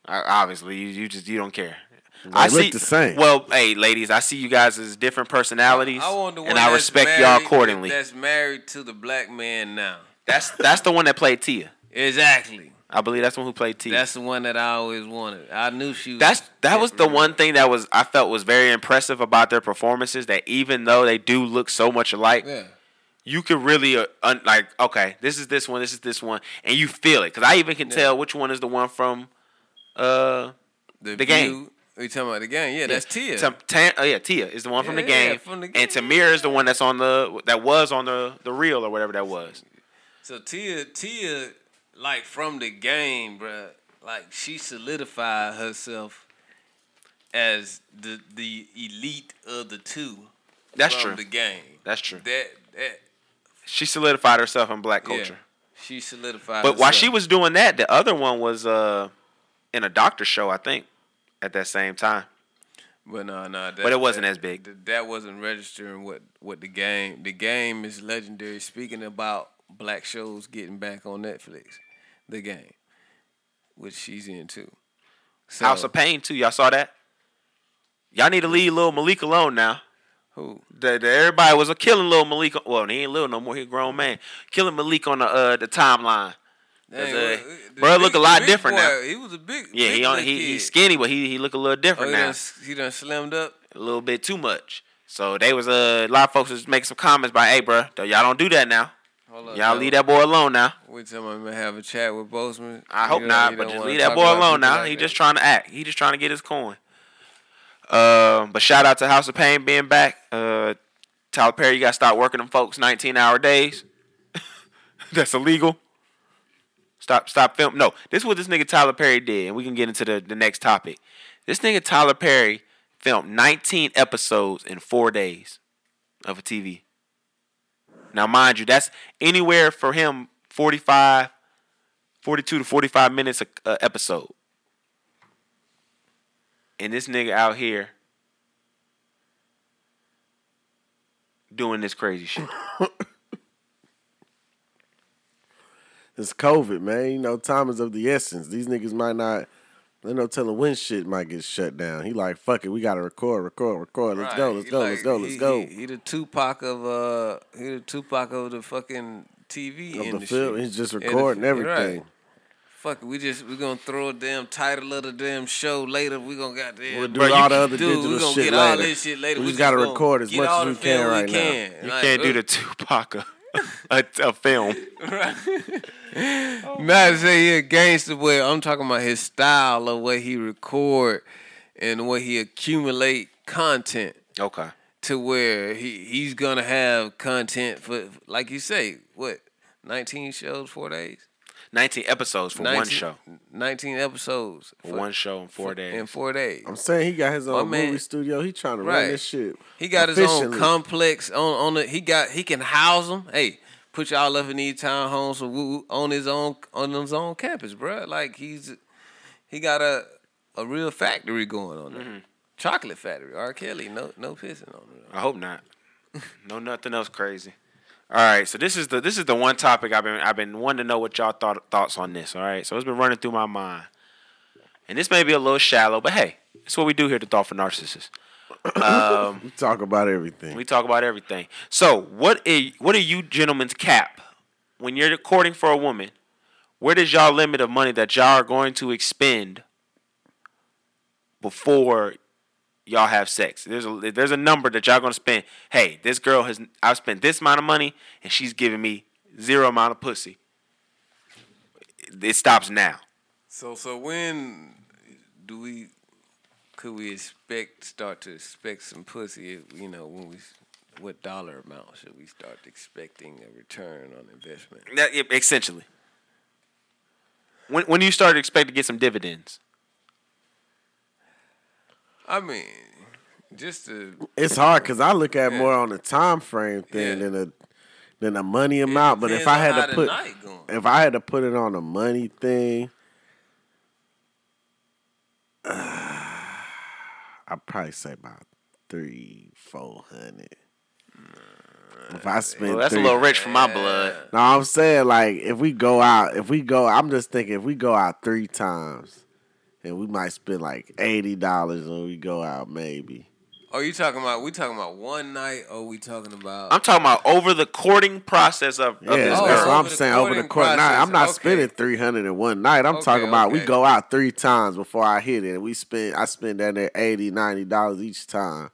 [SPEAKER 2] I, obviously, you, you just you don't care.
[SPEAKER 5] look the same.
[SPEAKER 2] Well, hey, ladies, I see you guys as different personalities,
[SPEAKER 6] I want the one
[SPEAKER 2] and I
[SPEAKER 6] that's
[SPEAKER 2] respect y'all
[SPEAKER 6] married-
[SPEAKER 2] accordingly. That's,
[SPEAKER 6] That's married to the black man now.
[SPEAKER 2] that's the one that played Tia.
[SPEAKER 6] Exactly.
[SPEAKER 2] I believe that's the one who played Tia.
[SPEAKER 6] That's the one that I always wanted. I knew she. was
[SPEAKER 2] That's that was the one thing that was I felt was very impressive about their performances. That even though they do look so much alike,
[SPEAKER 6] Yeah.
[SPEAKER 2] you could really uh, un, like okay, this is this one, this is this one, and you feel it because I even can tell which one is the one from uh The Game.
[SPEAKER 6] view- We talking about the game? Yeah, that's Tia.
[SPEAKER 2] Tam- Tam- oh yeah, Tia is the one from the
[SPEAKER 6] Yeah,
[SPEAKER 2] game,
[SPEAKER 6] from the
[SPEAKER 2] and Tamir is the one that's on the that was on the the reel or whatever that was.
[SPEAKER 6] So Tia, Tia, like from the game, bruh, like she solidified herself as the the elite of the two.
[SPEAKER 2] That's
[SPEAKER 6] from
[SPEAKER 2] true.
[SPEAKER 6] The game.
[SPEAKER 2] That's true.
[SPEAKER 6] That that
[SPEAKER 2] She solidified herself in black culture.
[SPEAKER 6] culture. She solidified.
[SPEAKER 2] But while
[SPEAKER 6] herself.
[SPEAKER 2] she was doing that, the other one was uh in a doctor show, I think, at that same time.
[SPEAKER 6] But no, no. That,
[SPEAKER 2] But it wasn't
[SPEAKER 6] that-
[SPEAKER 2] as big.
[SPEAKER 6] th- that wasn't registering what what the game. The game is legendary. Speaking about black shows getting back on Netflix, the game, which she's in too. So,
[SPEAKER 2] House of Pain too. Y'all saw that? Y'all need to leave little Malik alone now.
[SPEAKER 6] who?
[SPEAKER 2] The, the- everybody was killing little Malik. on- Well, he ain't little no more. He a grown man. Killing Malik on the uh, the timeline.
[SPEAKER 6] Dang,
[SPEAKER 2] uh,
[SPEAKER 6] well, the
[SPEAKER 2] bruh
[SPEAKER 6] big-
[SPEAKER 2] look a lot
[SPEAKER 6] big
[SPEAKER 2] different
[SPEAKER 6] boy,
[SPEAKER 2] now.
[SPEAKER 6] He was a big.
[SPEAKER 2] Yeah,
[SPEAKER 6] big
[SPEAKER 2] he on,
[SPEAKER 6] little
[SPEAKER 2] he he's
[SPEAKER 6] kid.
[SPEAKER 2] skinny, but he he look a little
[SPEAKER 6] Oh,
[SPEAKER 2] different
[SPEAKER 6] he
[SPEAKER 2] now.
[SPEAKER 6] done, s- he done slimmed up.
[SPEAKER 2] a little bit too much. So they was uh, a lot of folks was making some comments by, "Hey, bro, y'all don't do that now.
[SPEAKER 6] Hold up,
[SPEAKER 2] Y'all
[SPEAKER 6] now,
[SPEAKER 2] leave that boy alone now."
[SPEAKER 6] We tell him to have a chat with Bozeman.
[SPEAKER 2] I
[SPEAKER 6] You
[SPEAKER 2] hope
[SPEAKER 6] don't-
[SPEAKER 2] not,
[SPEAKER 6] you
[SPEAKER 2] but
[SPEAKER 6] don't
[SPEAKER 2] just
[SPEAKER 6] wanna
[SPEAKER 2] leave
[SPEAKER 6] talk
[SPEAKER 2] that boy
[SPEAKER 6] about
[SPEAKER 2] alone
[SPEAKER 6] people
[SPEAKER 2] now.
[SPEAKER 6] like
[SPEAKER 2] he
[SPEAKER 6] that.
[SPEAKER 2] just trying to act. He just trying to get his coin. Um, but shout out to House of Pain being back. Uh, Tyler Perry, you got to start working them folks 19 hour days. [laughs] That's illegal. Stop, stop film. No, this is what this nigga Tyler Perry did, and we can get into the, the next topic. This nigga Tyler Perry filmed 19 episodes in four days of a TV. Now, mind you, that's anywhere for him 45 42 to 45 minutes a, a episode. And this nigga out here doing this crazy [laughs] shit.
[SPEAKER 5] It's COVID, man. You know, time is of the essence. These niggas might not. There's no telling when shit might get shut down. He like, fuck it, we gotta record, record, record. Let's go,
[SPEAKER 6] Right,
[SPEAKER 5] let's
[SPEAKER 6] he
[SPEAKER 5] go,
[SPEAKER 6] like-
[SPEAKER 5] let's go,
[SPEAKER 6] he-
[SPEAKER 5] let's go.
[SPEAKER 6] He, he the Tupac of uh, he the Tupac of the fucking TV
[SPEAKER 5] Of the
[SPEAKER 6] industry.
[SPEAKER 5] film, he's just
[SPEAKER 6] Yeah, the
[SPEAKER 5] recording
[SPEAKER 6] fi-
[SPEAKER 5] everything.
[SPEAKER 6] right. Fuck it, we just we gonna throw a damn title of the damn show later. We gonna got damn.
[SPEAKER 5] We'll do
[SPEAKER 6] Bruh, you
[SPEAKER 5] all the
[SPEAKER 6] can-
[SPEAKER 5] other
[SPEAKER 6] dude, we
[SPEAKER 5] digital
[SPEAKER 6] gonna
[SPEAKER 5] shit
[SPEAKER 6] get all
[SPEAKER 5] later.
[SPEAKER 6] this shit later.
[SPEAKER 5] We just gotta
[SPEAKER 6] gonna
[SPEAKER 5] record as
[SPEAKER 6] get
[SPEAKER 5] much as
[SPEAKER 6] all the
[SPEAKER 5] we can
[SPEAKER 6] film
[SPEAKER 5] right now.
[SPEAKER 6] can.
[SPEAKER 2] You
[SPEAKER 6] Like,
[SPEAKER 2] can't do
[SPEAKER 6] uh,
[SPEAKER 2] the [laughs] Tupac a, a, a film.
[SPEAKER 6] Not to say he a gangster, but I'm talking about his style of what he record and what he accumulate content
[SPEAKER 2] [laughs] Okay.
[SPEAKER 6] to where he he's gonna have content for like you say what 19 shows, four days,
[SPEAKER 2] 19 episodes for one show.
[SPEAKER 6] 19 episodes
[SPEAKER 2] For one show in four days.
[SPEAKER 6] in four days.
[SPEAKER 5] I'm saying he got his own
[SPEAKER 6] My man-
[SPEAKER 5] movie studio. He trying to
[SPEAKER 6] Right.
[SPEAKER 5] run this shit.
[SPEAKER 6] He got his own
[SPEAKER 5] efficiently.
[SPEAKER 6] complex on on the, he got he can house them. Hey, put y'all up in these townhomes or woo- on his own on his own campus, bruh. Like he's he got a a real factory going on
[SPEAKER 2] Mm-hmm.
[SPEAKER 6] there. Chocolate factory. R. Kelly, no no pissing on it.
[SPEAKER 2] I hope not. No, nothing else crazy. All right, so this is the this is the one topic I've been I've been wanting to know what y'all thought thoughts on this. All right, so it's been running through my mind, and this may be a little shallow, but hey, it's what we do here at the Thought for Narcissists.
[SPEAKER 5] We talk about everything.
[SPEAKER 2] We talk about everything. So, what is what are you gentlemen's cap when you're courting for a woman? Where does y'all limit of money that y'all are going to expend before y'all have sex? There's a there's a number that y'all gonna spend. Hey, this girl has I've spent this amount of money and she's giving me zero amount of pussy. It stops now.
[SPEAKER 6] So so when do we could we expect start to expect some pussy? If, you know when we what dollar amount should we start expecting a return on investment?
[SPEAKER 2] That, yeah, essentially. When when do you start to expect to get some dividends?
[SPEAKER 6] I mean, Just to
[SPEAKER 5] It's hard because I look at more on the time frame thing
[SPEAKER 6] Yeah.
[SPEAKER 5] than a than a money amount. But if
[SPEAKER 6] depends
[SPEAKER 5] I
[SPEAKER 6] on how
[SPEAKER 5] had to
[SPEAKER 6] the
[SPEAKER 5] put,
[SPEAKER 6] night going.
[SPEAKER 5] if I had to put it on a money thing, [sighs] I'd probably say about three, four hundred. If I spend,
[SPEAKER 2] Well, that's a
[SPEAKER 5] three-
[SPEAKER 2] little rich for my blood.
[SPEAKER 5] No, I'm saying like if we go out, if we go, I'm just thinking if we go out three times, and we might spend like eighty dollars when we go out, maybe.
[SPEAKER 6] Are you talking about? We talking about one night, or we talking about?
[SPEAKER 2] I'm talking about over the courting process of, of
[SPEAKER 5] Yeah,
[SPEAKER 2] this
[SPEAKER 6] Oh,
[SPEAKER 5] that's
[SPEAKER 2] girl.
[SPEAKER 5] what I'm
[SPEAKER 6] over the
[SPEAKER 5] saying. Over the
[SPEAKER 6] courting
[SPEAKER 5] court, nah, I'm
[SPEAKER 6] process.
[SPEAKER 5] not
[SPEAKER 6] Okay.
[SPEAKER 5] spending three hundred in one night. I'm
[SPEAKER 6] Okay,
[SPEAKER 5] talking about we
[SPEAKER 6] okay.
[SPEAKER 5] go out three times before I hit it. We spend, I spend that there 80 dollars each time.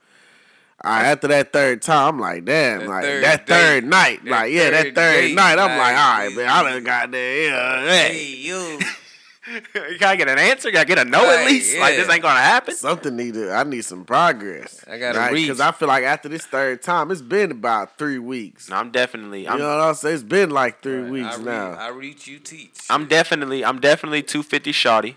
[SPEAKER 5] All right, after that third time, I'm like, damn,
[SPEAKER 6] That
[SPEAKER 5] like
[SPEAKER 6] third
[SPEAKER 5] that
[SPEAKER 6] date.
[SPEAKER 5] third night,
[SPEAKER 6] That
[SPEAKER 5] like yeah, that
[SPEAKER 6] third
[SPEAKER 5] third
[SPEAKER 6] date,
[SPEAKER 5] night, I'm
[SPEAKER 6] like,
[SPEAKER 5] like, all right,
[SPEAKER 6] you-
[SPEAKER 5] man, I done got that. Yeah,
[SPEAKER 6] hey,
[SPEAKER 5] hey. [laughs]
[SPEAKER 6] you.
[SPEAKER 2] You gotta get an answer. You gotta get a no
[SPEAKER 6] Right,
[SPEAKER 2] at least. Like this
[SPEAKER 6] yeah.
[SPEAKER 2] ain't gonna happen.
[SPEAKER 5] Something needed. I need some progress.
[SPEAKER 6] I gotta reach.
[SPEAKER 5] because I feel like after this third time, it's been about three weeks.
[SPEAKER 2] No, I'm definitely. I'm,
[SPEAKER 5] you know what I'm saying? It's been like three
[SPEAKER 6] I
[SPEAKER 5] weeks
[SPEAKER 6] read,
[SPEAKER 5] now.
[SPEAKER 6] I reach you teach.
[SPEAKER 2] I'm definitely. I'm definitely 250 shawty.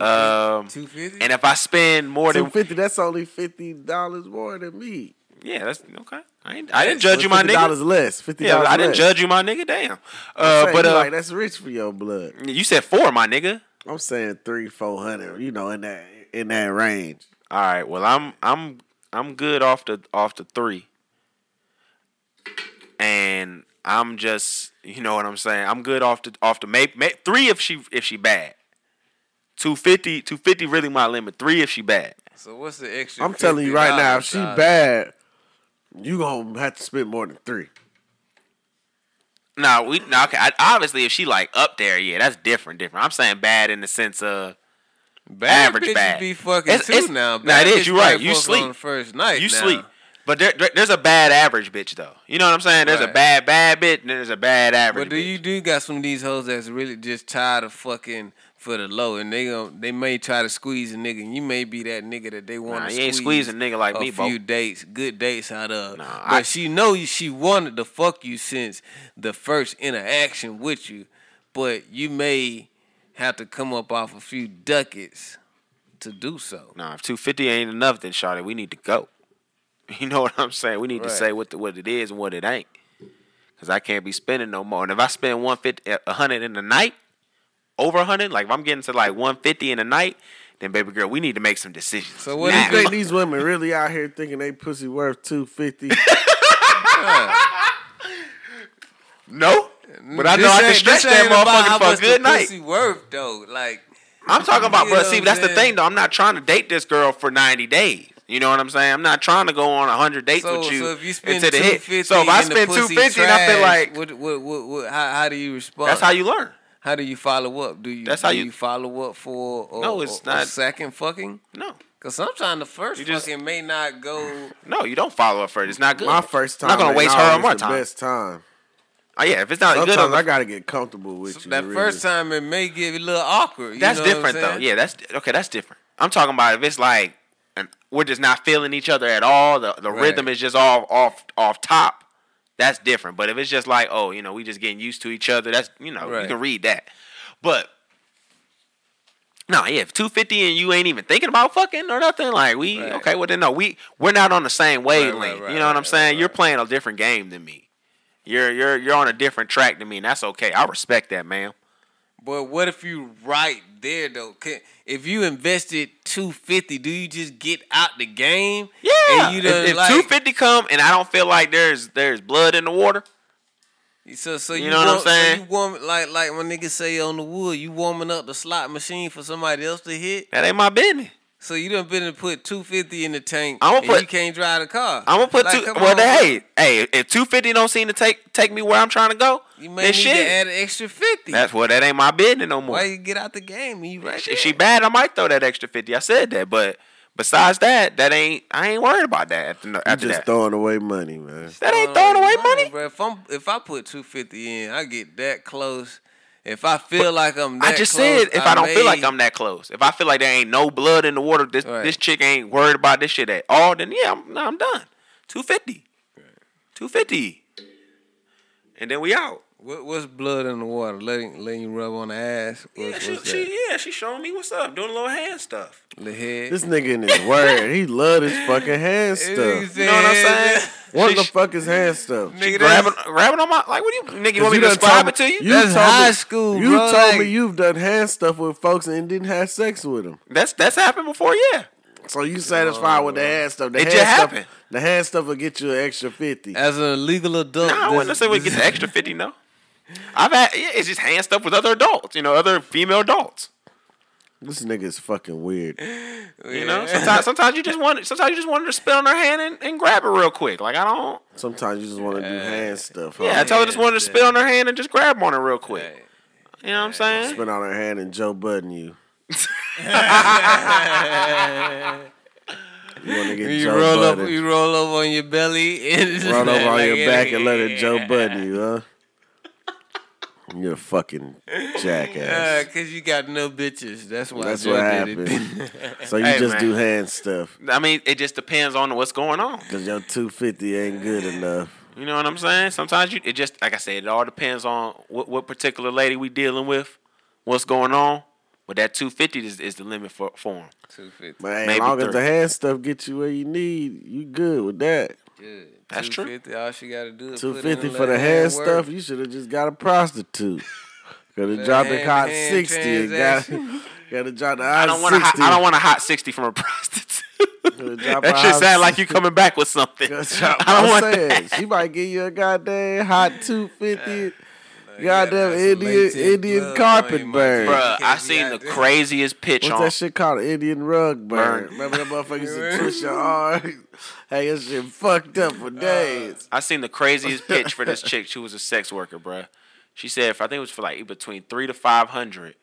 [SPEAKER 2] Um,
[SPEAKER 6] two fifty.
[SPEAKER 2] and if I spend more
[SPEAKER 5] Two
[SPEAKER 2] than
[SPEAKER 5] fifty. That's only fifty dollars more than me.
[SPEAKER 2] yeah, that's okay. I, ain't, I didn't judge you, my
[SPEAKER 5] Dollars
[SPEAKER 2] nigga.
[SPEAKER 5] less. Fifty
[SPEAKER 2] Yeah,
[SPEAKER 5] dollars.
[SPEAKER 2] I didn't judge you, my nigga. Damn. Uh, but uh,
[SPEAKER 5] like, that's rich for your blood.
[SPEAKER 2] you said four, my nigga.
[SPEAKER 5] I'm saying three, four hundred. You know, in that in that range.
[SPEAKER 2] All right. Well, I'm I'm I'm good off the off the three, and I'm just you know what I'm saying. I'm good off the off the make, make three if she if she bad. 250, 250 really my limit. Three if she bad.
[SPEAKER 6] so what's the extra?
[SPEAKER 5] I'm telling you right now, if she
[SPEAKER 6] $50?
[SPEAKER 5] bad, you gonna have to spend more than three.
[SPEAKER 2] Nah, we nah, okay. I, obviously, if she like up there, yeah, that's different. Different. I'm saying bad in the sense of
[SPEAKER 6] bad
[SPEAKER 2] average
[SPEAKER 6] bitches
[SPEAKER 2] bad.
[SPEAKER 6] Be fucking
[SPEAKER 2] It's-
[SPEAKER 6] too
[SPEAKER 2] it's-
[SPEAKER 6] now.
[SPEAKER 2] nah, it
[SPEAKER 6] Bad
[SPEAKER 2] is,
[SPEAKER 6] bitch
[SPEAKER 2] you right,
[SPEAKER 6] might
[SPEAKER 2] you
[SPEAKER 6] fuck
[SPEAKER 2] sleep.
[SPEAKER 6] on the first night.
[SPEAKER 2] you
[SPEAKER 6] now.
[SPEAKER 2] sleep. But there, there- there's a bad average bitch though. You know what I'm saying? There's a
[SPEAKER 6] Right.
[SPEAKER 2] bad bad bitch, and then there's a bad average.
[SPEAKER 6] But do
[SPEAKER 2] bitch.
[SPEAKER 6] you do got some of these hoes that's really just tired of fucking for the low, and they gon' they may try to squeeze a nigga, and you may be that nigga that they want
[SPEAKER 2] Nah,
[SPEAKER 6] to.
[SPEAKER 2] you ain't
[SPEAKER 6] squeeze
[SPEAKER 2] squeezing a nigga like
[SPEAKER 6] a
[SPEAKER 2] me, Bo.
[SPEAKER 6] few dates, good dates out of.
[SPEAKER 2] Nah,
[SPEAKER 6] but
[SPEAKER 2] I-
[SPEAKER 6] she know you, she wanted to fuck you since the first interaction with you, but you may have to come up off a few ducats to do so.
[SPEAKER 2] Nah, if two fifty ain't enough, then Shawty, we need to go. [laughs] You know what I'm saying? We need to
[SPEAKER 6] Right.
[SPEAKER 2] say what the, what it is and what it ain't, because I can't be spending no more. And if I spend one fifty, a hundred in the night, over a hundred, like if I'm getting to like one fifty in the night, then baby girl, we need to make some decisions.
[SPEAKER 6] So what do
[SPEAKER 2] now.
[SPEAKER 5] You think these women really out here thinking they pussy worth two fifty?
[SPEAKER 2] [laughs] No, but I know I can
[SPEAKER 6] ain't-
[SPEAKER 2] stretch
[SPEAKER 6] ain't
[SPEAKER 2] that
[SPEAKER 6] about
[SPEAKER 2] motherfucker
[SPEAKER 6] how
[SPEAKER 2] for
[SPEAKER 6] much
[SPEAKER 2] a good
[SPEAKER 6] the
[SPEAKER 2] night.
[SPEAKER 6] Pussy worth though, like.
[SPEAKER 2] I'm talking about,
[SPEAKER 6] You
[SPEAKER 2] bro.
[SPEAKER 6] know
[SPEAKER 2] See,
[SPEAKER 6] what
[SPEAKER 2] that's the
[SPEAKER 6] I'm
[SPEAKER 2] thing, though. I'm not trying to date this girl for 90 days. You know what I'm saying? I'm not trying to go on 100 dates
[SPEAKER 6] So,
[SPEAKER 2] with you,
[SPEAKER 6] so if you spend
[SPEAKER 2] into the hit.
[SPEAKER 6] 250
[SPEAKER 2] So if I
[SPEAKER 6] and the
[SPEAKER 2] spend
[SPEAKER 6] pussy
[SPEAKER 2] 250 and I feel
[SPEAKER 6] trash,
[SPEAKER 2] like
[SPEAKER 6] what, what, what, what, how, how do you respond?
[SPEAKER 2] that's how you learn.
[SPEAKER 6] How do you follow up? Do you
[SPEAKER 2] That's
[SPEAKER 6] do
[SPEAKER 2] how you-
[SPEAKER 6] follow up for? Or,
[SPEAKER 2] No, it's
[SPEAKER 6] or- or
[SPEAKER 2] not-
[SPEAKER 6] second fucking.
[SPEAKER 2] No,
[SPEAKER 6] Cause sometimes the first
[SPEAKER 2] You just-
[SPEAKER 6] fucking may not go.
[SPEAKER 2] no, you don't follow up first. It's not good. [laughs]
[SPEAKER 5] My first time.
[SPEAKER 2] I'm not gonna
[SPEAKER 5] ain't
[SPEAKER 2] waste her or
[SPEAKER 5] always
[SPEAKER 2] my
[SPEAKER 5] the
[SPEAKER 2] time.
[SPEAKER 5] Best time.
[SPEAKER 2] Oh yeah, if it's not
[SPEAKER 5] Sometimes
[SPEAKER 2] good, on the-
[SPEAKER 5] I gotta get comfortable with you.
[SPEAKER 6] that
[SPEAKER 5] really.
[SPEAKER 6] first time it may get a little awkward. you
[SPEAKER 2] that's
[SPEAKER 6] know what I'm
[SPEAKER 2] different though.
[SPEAKER 6] saying?
[SPEAKER 2] Yeah, that's okay. That's different. I'm talking about if it's like, and we're just not feeling each other at all. The the
[SPEAKER 6] Right.
[SPEAKER 2] rhythm is just off off off top. That's different. But if it's just like, oh, you know, we just getting used to each other. That's you know,
[SPEAKER 6] Right.
[SPEAKER 2] you can read that. But no, yeah, if two fifty and you ain't even thinking about fucking or nothing, like we
[SPEAKER 6] Right.
[SPEAKER 2] okay. Well then, no, we we're not on the same wavelength.
[SPEAKER 6] right,
[SPEAKER 2] you know what I'm
[SPEAKER 6] right,
[SPEAKER 2] saying?
[SPEAKER 6] right,
[SPEAKER 2] You're
[SPEAKER 6] right.
[SPEAKER 2] playing a different game than me. You're you're you're on a different track than me, and that's okay. I respect that, man.
[SPEAKER 6] But what if you right there though? Can, if you invested two fifty, do you just get out the game?
[SPEAKER 2] Yeah.
[SPEAKER 6] And you
[SPEAKER 2] If-
[SPEAKER 6] done
[SPEAKER 2] if
[SPEAKER 6] like,
[SPEAKER 2] two fifty come and I don't feel like there's there's blood in the water,
[SPEAKER 6] So, so you,
[SPEAKER 2] You know what I'm
[SPEAKER 6] warm- so
[SPEAKER 2] saying?
[SPEAKER 6] you warm like like my nigga say on the wood, you warming up the slot machine for somebody else to hit.
[SPEAKER 2] that ain't my business.
[SPEAKER 6] So you done been to put two fifty in the tank.
[SPEAKER 2] I'ma
[SPEAKER 6] and
[SPEAKER 2] put-
[SPEAKER 6] you can't drive the car.
[SPEAKER 2] I'm gonna put
[SPEAKER 6] Like,
[SPEAKER 2] two.
[SPEAKER 6] come
[SPEAKER 2] Well,
[SPEAKER 6] on,
[SPEAKER 2] then, hey, hey, if two fifty don't seem to take take me where I'm trying to go,
[SPEAKER 6] you
[SPEAKER 2] then
[SPEAKER 6] may need to
[SPEAKER 2] shit.
[SPEAKER 6] add an extra fifty.
[SPEAKER 2] That's well, that ain't my business no more.
[SPEAKER 6] why you get out the game and you right
[SPEAKER 2] If
[SPEAKER 6] there.
[SPEAKER 2] she bad, I might throw that extra fifty. I said that, but besides that, that ain't I ain't worried about that after, no-
[SPEAKER 5] you
[SPEAKER 2] after
[SPEAKER 5] just uh,
[SPEAKER 2] that.
[SPEAKER 5] throwing away money, man.
[SPEAKER 2] that ain't throwing away money.
[SPEAKER 6] Oh, Bro. If I'm if I put two fifty in, I get that close. If I feel like I'm,
[SPEAKER 2] I
[SPEAKER 6] that
[SPEAKER 2] just
[SPEAKER 6] close,
[SPEAKER 2] said if I, don't feel like
[SPEAKER 6] may-
[SPEAKER 2] I'm that close, if I feel like there ain't no blood in the water, this
[SPEAKER 6] Right.
[SPEAKER 2] this chick ain't worried about this shit at all, then yeah, I'm nah, I'm done. Two fifty. Two fifty. And then we out.
[SPEAKER 6] What, what's blood in the water? Letting letting you rub on the ass? What,
[SPEAKER 2] Yeah, she,
[SPEAKER 6] what's
[SPEAKER 2] she, yeah, she showing me what's up, doing a little hand stuff.
[SPEAKER 6] that? The head.
[SPEAKER 5] This nigga in his word, he love his fucking
[SPEAKER 2] [laughs]
[SPEAKER 5] hand stuff.
[SPEAKER 2] You know what I'm saying?
[SPEAKER 5] [laughs] What the fuck is hand stuff?
[SPEAKER 2] [laughs]
[SPEAKER 6] Nigga,
[SPEAKER 2] Grabbing,
[SPEAKER 6] that's,
[SPEAKER 2] grabbing on my like, what do you nigga? You want me
[SPEAKER 5] you done
[SPEAKER 2] to describe
[SPEAKER 5] told
[SPEAKER 2] it to you?
[SPEAKER 6] That's
[SPEAKER 5] told
[SPEAKER 6] high
[SPEAKER 5] me-
[SPEAKER 6] school,
[SPEAKER 5] You
[SPEAKER 6] bro,
[SPEAKER 5] told me
[SPEAKER 6] like-
[SPEAKER 5] you've done hand stuff with folks and didn't have sex with them.
[SPEAKER 2] That's that's happened before, yeah.
[SPEAKER 5] So you satisfied with the
[SPEAKER 6] Oh.
[SPEAKER 5] hand stuff? The
[SPEAKER 2] It
[SPEAKER 5] hand
[SPEAKER 2] just
[SPEAKER 5] stuff,
[SPEAKER 2] happened.
[SPEAKER 5] The hand stuff will get you an extra fifty.
[SPEAKER 6] as an illegal
[SPEAKER 5] Oh,
[SPEAKER 6] adult.
[SPEAKER 2] I
[SPEAKER 6] this-
[SPEAKER 2] wouldn't necessarily get the extra fifty. No, I've had yeah, it's just hand stuff with other adults, you know, other female adults.
[SPEAKER 5] This nigga is fucking weird.
[SPEAKER 2] You know,
[SPEAKER 5] [laughs]
[SPEAKER 2] sometimes sometimes you just want sometimes you just want her to spit on her hand and, and grab it real quick. Like I don't.
[SPEAKER 5] Sometimes you just want to do hand stuff. Huh?
[SPEAKER 2] Yeah, I tell her just wanted to spit on her hand and just grab on her real quick. You know what I'm saying?
[SPEAKER 5] Spit on her hand and Joe Budden
[SPEAKER 6] [laughs]
[SPEAKER 5] you. you want to get
[SPEAKER 6] You
[SPEAKER 5] Joe
[SPEAKER 6] roll up,
[SPEAKER 5] Budden.
[SPEAKER 6] you roll over on your belly, and
[SPEAKER 5] Run over on
[SPEAKER 6] like,
[SPEAKER 5] your back
[SPEAKER 6] [laughs]
[SPEAKER 5] and let it
[SPEAKER 6] yeah.
[SPEAKER 5] Joe Budden you, huh? You're a fucking
[SPEAKER 6] Uh,
[SPEAKER 5] jackass.
[SPEAKER 6] Cause you got no bitches. That's why.
[SPEAKER 5] That's
[SPEAKER 6] Joe
[SPEAKER 5] what
[SPEAKER 6] did it. [laughs]
[SPEAKER 5] happened. So you
[SPEAKER 2] Hey,
[SPEAKER 5] just
[SPEAKER 2] man.
[SPEAKER 5] do hand stuff
[SPEAKER 2] I mean, it just depends on what's going on.
[SPEAKER 5] because your 250 ain't good enough.
[SPEAKER 2] You know what I'm saying? Sometimes you it just like I said, it all depends on what, what particular lady we dealing with, what's going on. But that 250 is, is the limit for for him.
[SPEAKER 6] 250.
[SPEAKER 5] But hey, as
[SPEAKER 2] Maybe
[SPEAKER 5] long as the
[SPEAKER 2] three.
[SPEAKER 5] hand stuff gets you where you need, you good with that.
[SPEAKER 6] Good.
[SPEAKER 2] That's true.
[SPEAKER 6] 250, All she gotta do is put in
[SPEAKER 5] Two fifty
[SPEAKER 6] and
[SPEAKER 5] for
[SPEAKER 6] let
[SPEAKER 5] the hand
[SPEAKER 6] work.
[SPEAKER 5] stuff. You should have just got a prostitute.
[SPEAKER 2] [laughs]
[SPEAKER 5] Could have dropped the
[SPEAKER 6] hand-
[SPEAKER 5] hot
[SPEAKER 6] hand
[SPEAKER 5] sixty and got. [laughs] Got to drop the
[SPEAKER 2] I
[SPEAKER 5] hot
[SPEAKER 2] don't want a hot,
[SPEAKER 5] sixty.
[SPEAKER 2] I don't want a hot 60 from a [laughs] prostitute.
[SPEAKER 5] drop a
[SPEAKER 2] that shit
[SPEAKER 5] hot
[SPEAKER 2] sound like you coming back with something. [laughs] I
[SPEAKER 5] That's what
[SPEAKER 2] don't want
[SPEAKER 5] I'm
[SPEAKER 2] that.
[SPEAKER 5] saying.
[SPEAKER 2] [laughs]
[SPEAKER 5] She might give you a goddamn hot two fifty.
[SPEAKER 6] gotta
[SPEAKER 5] Goddamn
[SPEAKER 6] have some
[SPEAKER 5] Indian
[SPEAKER 6] latex
[SPEAKER 5] Indian
[SPEAKER 6] gloves on
[SPEAKER 5] carpet
[SPEAKER 6] you,
[SPEAKER 5] bird.
[SPEAKER 6] motherfucker.
[SPEAKER 2] Bruh, I
[SPEAKER 6] Can't be
[SPEAKER 2] seen
[SPEAKER 6] out
[SPEAKER 2] the
[SPEAKER 6] there.
[SPEAKER 2] craziest pitch
[SPEAKER 5] What's
[SPEAKER 2] on.
[SPEAKER 5] that shit called? Indian rug bird.
[SPEAKER 2] Bird.
[SPEAKER 5] Remember that motherfucker used
[SPEAKER 6] [laughs]
[SPEAKER 5] to twist your arm? [laughs] hey, that shit fucked up
[SPEAKER 6] Uh,
[SPEAKER 5] for days.
[SPEAKER 2] I seen the craziest pitch for this chick. She was a sex worker, bruh. She said, if I think it was for like between three to five hundred,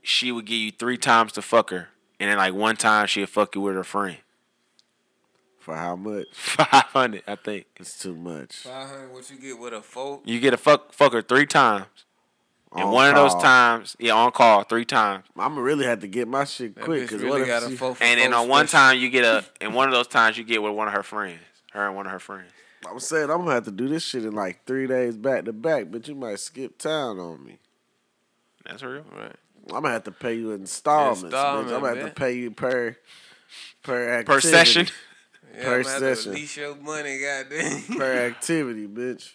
[SPEAKER 2] she would give you three times to fuck her, and then like one time she'd fuck you with her friend. [laughs]
[SPEAKER 5] for how much?
[SPEAKER 2] Five hundred, I think.
[SPEAKER 5] It's too much.
[SPEAKER 6] 500, Uh-huh, what you get with a folk?
[SPEAKER 2] You get a fuck fucker three times, and
[SPEAKER 5] On
[SPEAKER 2] one of
[SPEAKER 5] call.
[SPEAKER 2] those times, yeah, on call three times,
[SPEAKER 5] I'm gonna really have to get my shit
[SPEAKER 6] That
[SPEAKER 5] quick
[SPEAKER 6] bitch
[SPEAKER 5] because
[SPEAKER 6] really
[SPEAKER 5] what
[SPEAKER 6] got
[SPEAKER 5] if
[SPEAKER 6] a
[SPEAKER 5] she,
[SPEAKER 6] folk for
[SPEAKER 2] and then
[SPEAKER 6] folk
[SPEAKER 2] on one
[SPEAKER 6] special.
[SPEAKER 2] time you get a, and one of those times you get with one of her friends, her and one of her friends.
[SPEAKER 5] I'm saying I'm gonna have to do this shit in like three days back to back, but you might skip town on me.
[SPEAKER 2] That's real.
[SPEAKER 6] Right.
[SPEAKER 5] I'm gonna have to pay you installments.
[SPEAKER 6] Installment,
[SPEAKER 5] bitch. I'm gonna have
[SPEAKER 6] man.
[SPEAKER 5] to pay you per per activity,
[SPEAKER 2] Per session,
[SPEAKER 6] Yeah,
[SPEAKER 5] Per
[SPEAKER 6] I'm gonna have to
[SPEAKER 5] session.
[SPEAKER 6] Lease your money, goddamn. [laughs]
[SPEAKER 5] per activity, bitch.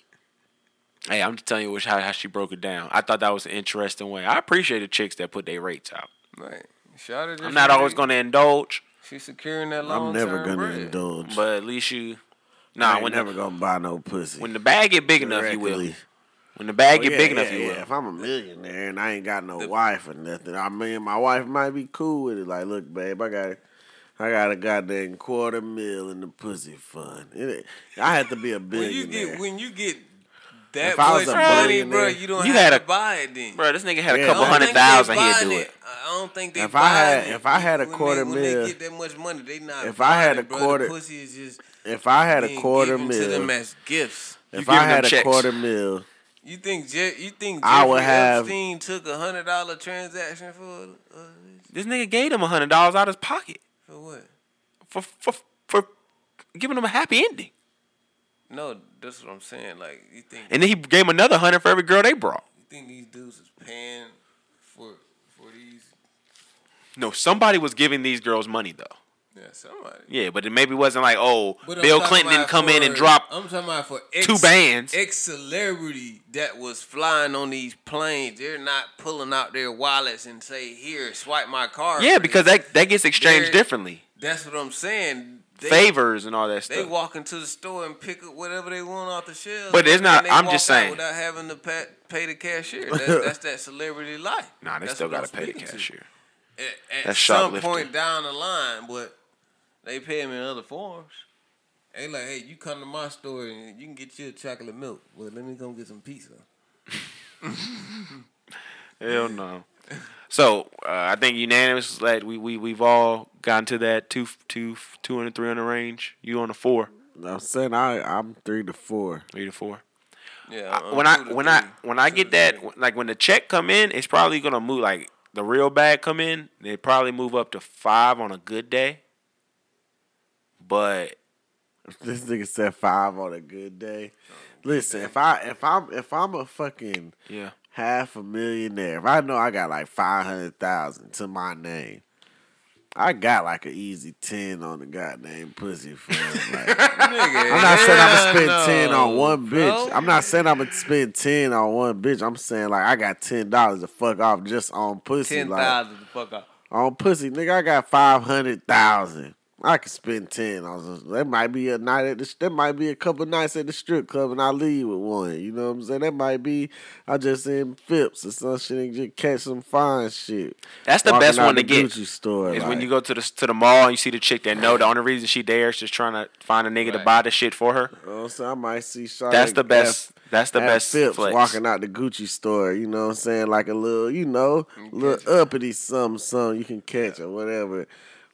[SPEAKER 2] hey, I'm just telling you which, how, how she broke it down. I thought that was an interesting way. I appreciate the chicks that put their rates out.
[SPEAKER 6] Right. Shout out to
[SPEAKER 2] I'm not always
[SPEAKER 6] Sheree.
[SPEAKER 2] going to indulge,
[SPEAKER 6] She's securing that long
[SPEAKER 5] I'm never gonna
[SPEAKER 6] bread.
[SPEAKER 5] indulge.
[SPEAKER 2] but at least you,
[SPEAKER 5] I
[SPEAKER 2] nah,
[SPEAKER 5] ain't
[SPEAKER 2] when
[SPEAKER 5] never
[SPEAKER 2] the,
[SPEAKER 5] gonna buy no pussy.
[SPEAKER 2] when the bag get big enough, you will.
[SPEAKER 5] directly.
[SPEAKER 2] When the bag
[SPEAKER 5] Oh,
[SPEAKER 2] get
[SPEAKER 5] yeah,
[SPEAKER 2] big enough,
[SPEAKER 5] yeah,
[SPEAKER 2] you
[SPEAKER 5] yeah.
[SPEAKER 2] will.
[SPEAKER 5] If I'm a millionaire and I ain't got no wife or nothing, I mean, my wife might be cool with it. Like, look, babe, I got, I got a goddamn quarter mil in the pussy fund. It, I had to be a
[SPEAKER 6] When
[SPEAKER 5] billionaire.
[SPEAKER 6] you get when you get that
[SPEAKER 5] If I was
[SPEAKER 6] much
[SPEAKER 5] a
[SPEAKER 6] money,
[SPEAKER 5] billionaire,
[SPEAKER 6] bro, you don't
[SPEAKER 2] you
[SPEAKER 6] have
[SPEAKER 2] had
[SPEAKER 6] to
[SPEAKER 2] a-
[SPEAKER 6] buy it then.
[SPEAKER 2] Bro, this nigga had a
[SPEAKER 5] Yeah.
[SPEAKER 2] couple
[SPEAKER 5] I don't
[SPEAKER 2] hundred
[SPEAKER 6] think they
[SPEAKER 2] thousand. He'd
[SPEAKER 6] buying
[SPEAKER 2] do it.
[SPEAKER 6] I don't think they.
[SPEAKER 5] If I
[SPEAKER 6] buying
[SPEAKER 5] had-
[SPEAKER 6] it.
[SPEAKER 5] if I had a
[SPEAKER 6] When
[SPEAKER 5] quarter
[SPEAKER 6] they, when
[SPEAKER 5] mil-
[SPEAKER 6] they get that much money, they not.
[SPEAKER 5] If I had
[SPEAKER 6] buying
[SPEAKER 5] a
[SPEAKER 6] it, bro.
[SPEAKER 5] quarter-
[SPEAKER 6] the pussy is just
[SPEAKER 5] if I had a
[SPEAKER 6] being
[SPEAKER 5] quarter
[SPEAKER 6] given to them
[SPEAKER 5] mil,
[SPEAKER 6] as gifts.
[SPEAKER 5] if
[SPEAKER 2] giving
[SPEAKER 5] I
[SPEAKER 2] them
[SPEAKER 5] had a
[SPEAKER 2] checks.
[SPEAKER 5] quarter mil,
[SPEAKER 6] You think Je- you think
[SPEAKER 5] I
[SPEAKER 6] Jeffrey
[SPEAKER 5] would have-
[SPEAKER 6] Epstein took a hundred dollar transaction for uh,
[SPEAKER 2] This nigga gave him a hundred dollars out of his pocket
[SPEAKER 6] for what?
[SPEAKER 2] for for for giving him a happy ending,
[SPEAKER 6] No, that's what I'm saying. Like you think
[SPEAKER 2] and then he gave him another hundred for every girl they brought.
[SPEAKER 6] you think these dudes is paying for for these?
[SPEAKER 2] No, somebody was giving these girls money though.
[SPEAKER 6] Yeah, somebody.
[SPEAKER 2] Yeah, but it maybe wasn't like, oh,
[SPEAKER 6] But I'm
[SPEAKER 2] Bill
[SPEAKER 6] talking
[SPEAKER 2] Clinton didn't
[SPEAKER 6] about
[SPEAKER 2] come in and
[SPEAKER 6] for-
[SPEAKER 2] drop
[SPEAKER 6] I'm talking about for ex,
[SPEAKER 2] two bands.
[SPEAKER 6] Ex celebrity that was flying on these planes. They're not pulling out their wallets and say, "Here, swipe my card."
[SPEAKER 2] Yeah,
[SPEAKER 6] for
[SPEAKER 2] because
[SPEAKER 6] this."
[SPEAKER 2] that that gets exchanged
[SPEAKER 6] They're-
[SPEAKER 2] differently,
[SPEAKER 6] that's what I'm saying. They,
[SPEAKER 2] favors and all that
[SPEAKER 6] They
[SPEAKER 2] stuff.
[SPEAKER 6] walk into the store and pick up whatever they want off the shelf.
[SPEAKER 2] But it's
[SPEAKER 6] and
[SPEAKER 2] not-
[SPEAKER 6] they
[SPEAKER 2] I'm
[SPEAKER 6] walk
[SPEAKER 2] just
[SPEAKER 6] out
[SPEAKER 2] saying.
[SPEAKER 6] without having to pay, pay the cashier. That's, that's that celebrity life.
[SPEAKER 2] [laughs] nah, they
[SPEAKER 6] That's
[SPEAKER 2] still
[SPEAKER 6] what I'm
[SPEAKER 2] gotta pay the
[SPEAKER 6] speaking to.
[SPEAKER 2] cashier.
[SPEAKER 6] At, at
[SPEAKER 2] That's
[SPEAKER 6] some
[SPEAKER 2] shoplifting.
[SPEAKER 6] point down the line, but they pay them in other forms. They like, hey, you come to my store and you can get your chocolate milk. Well, let me go get some pizza.
[SPEAKER 2] Hell no. So uh, I think unanimous that we we we've all gotten to that two two two hundred three hundred range. You on the four,
[SPEAKER 5] I'm saying I, I'm three to four. [laughs]
[SPEAKER 2] three to four.
[SPEAKER 6] Yeah.
[SPEAKER 2] I-
[SPEAKER 6] I'm
[SPEAKER 2] when I
[SPEAKER 6] Uh, two to
[SPEAKER 2] when I
[SPEAKER 6] three.
[SPEAKER 2] when I
[SPEAKER 6] Two to
[SPEAKER 2] get that
[SPEAKER 6] three.
[SPEAKER 2] like when the check come in, it's probably gonna move like the real bag come in. They probably move up to five on a good day, but Oh,
[SPEAKER 5] This nigga said five on a good day. Listen, if I if I'm if I'm a fucking
[SPEAKER 2] Yeah.
[SPEAKER 5] half a millionaire, if I know I got like five hundred thousand to my name, I got like an easy ten on the goddamn pussy for it, like,
[SPEAKER 2] [laughs]
[SPEAKER 6] Nigga,
[SPEAKER 5] I'm not saying I'm
[SPEAKER 6] [laughs]
[SPEAKER 5] gonna spend
[SPEAKER 6] hell
[SPEAKER 5] ten on
[SPEAKER 6] no,
[SPEAKER 5] one
[SPEAKER 6] bro.
[SPEAKER 5] bitch. I'm not saying I'm gonna spend ten on one bitch. I'm saying like I got ten dollars to fuck off just on pussy.
[SPEAKER 6] ten
[SPEAKER 5] like
[SPEAKER 6] thousand to fuck off.
[SPEAKER 5] on Oh, pussy, nigga, I got five hundred thousand. I could spend ten on some. That might be a night at the. That might be a couple nights at the strip club, and I leave with one. You know what I'm saying? That might be I just in Phipps or some shit and just catch some fine shit.
[SPEAKER 2] That's the
[SPEAKER 5] Walking
[SPEAKER 2] best
[SPEAKER 5] out
[SPEAKER 2] one
[SPEAKER 5] the
[SPEAKER 2] to get.
[SPEAKER 5] Gucci store
[SPEAKER 2] Is
[SPEAKER 5] like,
[SPEAKER 2] when you go to the to the mall and you see the chick that know the only reason she there is just trying to find a nigga to
[SPEAKER 6] Right.
[SPEAKER 2] buy the shit for her.
[SPEAKER 5] You know what I'm saying? I might see Shawty
[SPEAKER 2] That's the
[SPEAKER 5] at-
[SPEAKER 2] best. That's the
[SPEAKER 5] at
[SPEAKER 2] best
[SPEAKER 5] Phipps
[SPEAKER 2] flex.
[SPEAKER 5] walking out the Gucci store, you know what I'm saying? Like a little, you know, little uppity something, something you can catch or whatever.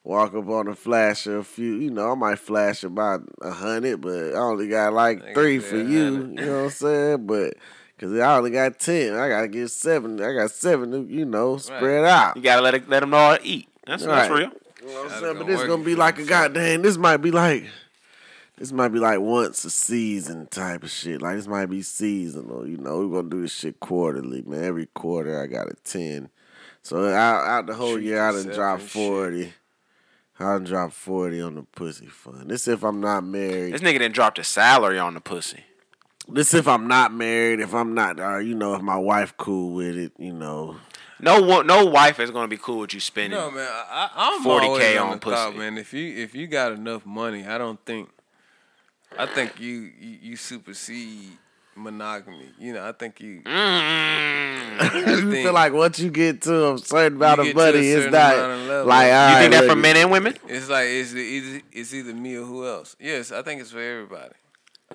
[SPEAKER 5] Walk up on a flasher, a few, you know, I might flash about a hundred, but I only got like
[SPEAKER 6] Nigga
[SPEAKER 5] three
[SPEAKER 6] said
[SPEAKER 5] for you,
[SPEAKER 6] 100.
[SPEAKER 5] you know what I'm saying? But because I only got 10, I got to get seven, I got seven, you know, spread out.
[SPEAKER 2] You gotta let it, let them know how to eat. That's that's
[SPEAKER 5] Right.
[SPEAKER 2] real.
[SPEAKER 5] You know what I'm
[SPEAKER 6] That's
[SPEAKER 5] saying? But
[SPEAKER 6] gonna
[SPEAKER 5] this
[SPEAKER 6] work
[SPEAKER 5] gonna
[SPEAKER 6] if
[SPEAKER 5] be
[SPEAKER 6] you
[SPEAKER 5] like a
[SPEAKER 6] don't
[SPEAKER 5] goddamn. This might be like, this might be like once a season type of shit. Like this might be seasonal. You know, we're gonna do this shit quarterly, man. Every quarter, I got a ten. So out, out the whole
[SPEAKER 6] Treat
[SPEAKER 5] year, I done
[SPEAKER 6] yourself
[SPEAKER 5] dropped
[SPEAKER 6] and shit.
[SPEAKER 5] forty. I done dropped forty on the pussy fund. This if I'm not married.
[SPEAKER 2] This nigga didn't drop the salary on the pussy.
[SPEAKER 5] This if I'm not married. If I'm not, or you know, if my wife cool with it, you know.
[SPEAKER 2] No wo- no wife is gonna be cool with you spending.
[SPEAKER 6] No man, I, I- I'm
[SPEAKER 2] 40K
[SPEAKER 6] 40 always on,
[SPEAKER 2] on
[SPEAKER 6] the thought,
[SPEAKER 2] pussy.
[SPEAKER 6] man. If you if you got enough money, I don't think, I think you you, you supersede monogamy. You know, I think you.
[SPEAKER 5] [laughs]
[SPEAKER 2] Mm.
[SPEAKER 5] you feel like once you get to a certain amount
[SPEAKER 6] get
[SPEAKER 5] of
[SPEAKER 6] to a
[SPEAKER 5] money, it's
[SPEAKER 6] certain
[SPEAKER 5] not
[SPEAKER 6] amount of level.
[SPEAKER 5] like
[SPEAKER 6] You
[SPEAKER 5] all
[SPEAKER 2] you
[SPEAKER 5] right,
[SPEAKER 2] think that for
[SPEAKER 5] look,
[SPEAKER 2] men and women?
[SPEAKER 6] It's like it's the easy, it's either me or who else. Yes, I think it's for everybody.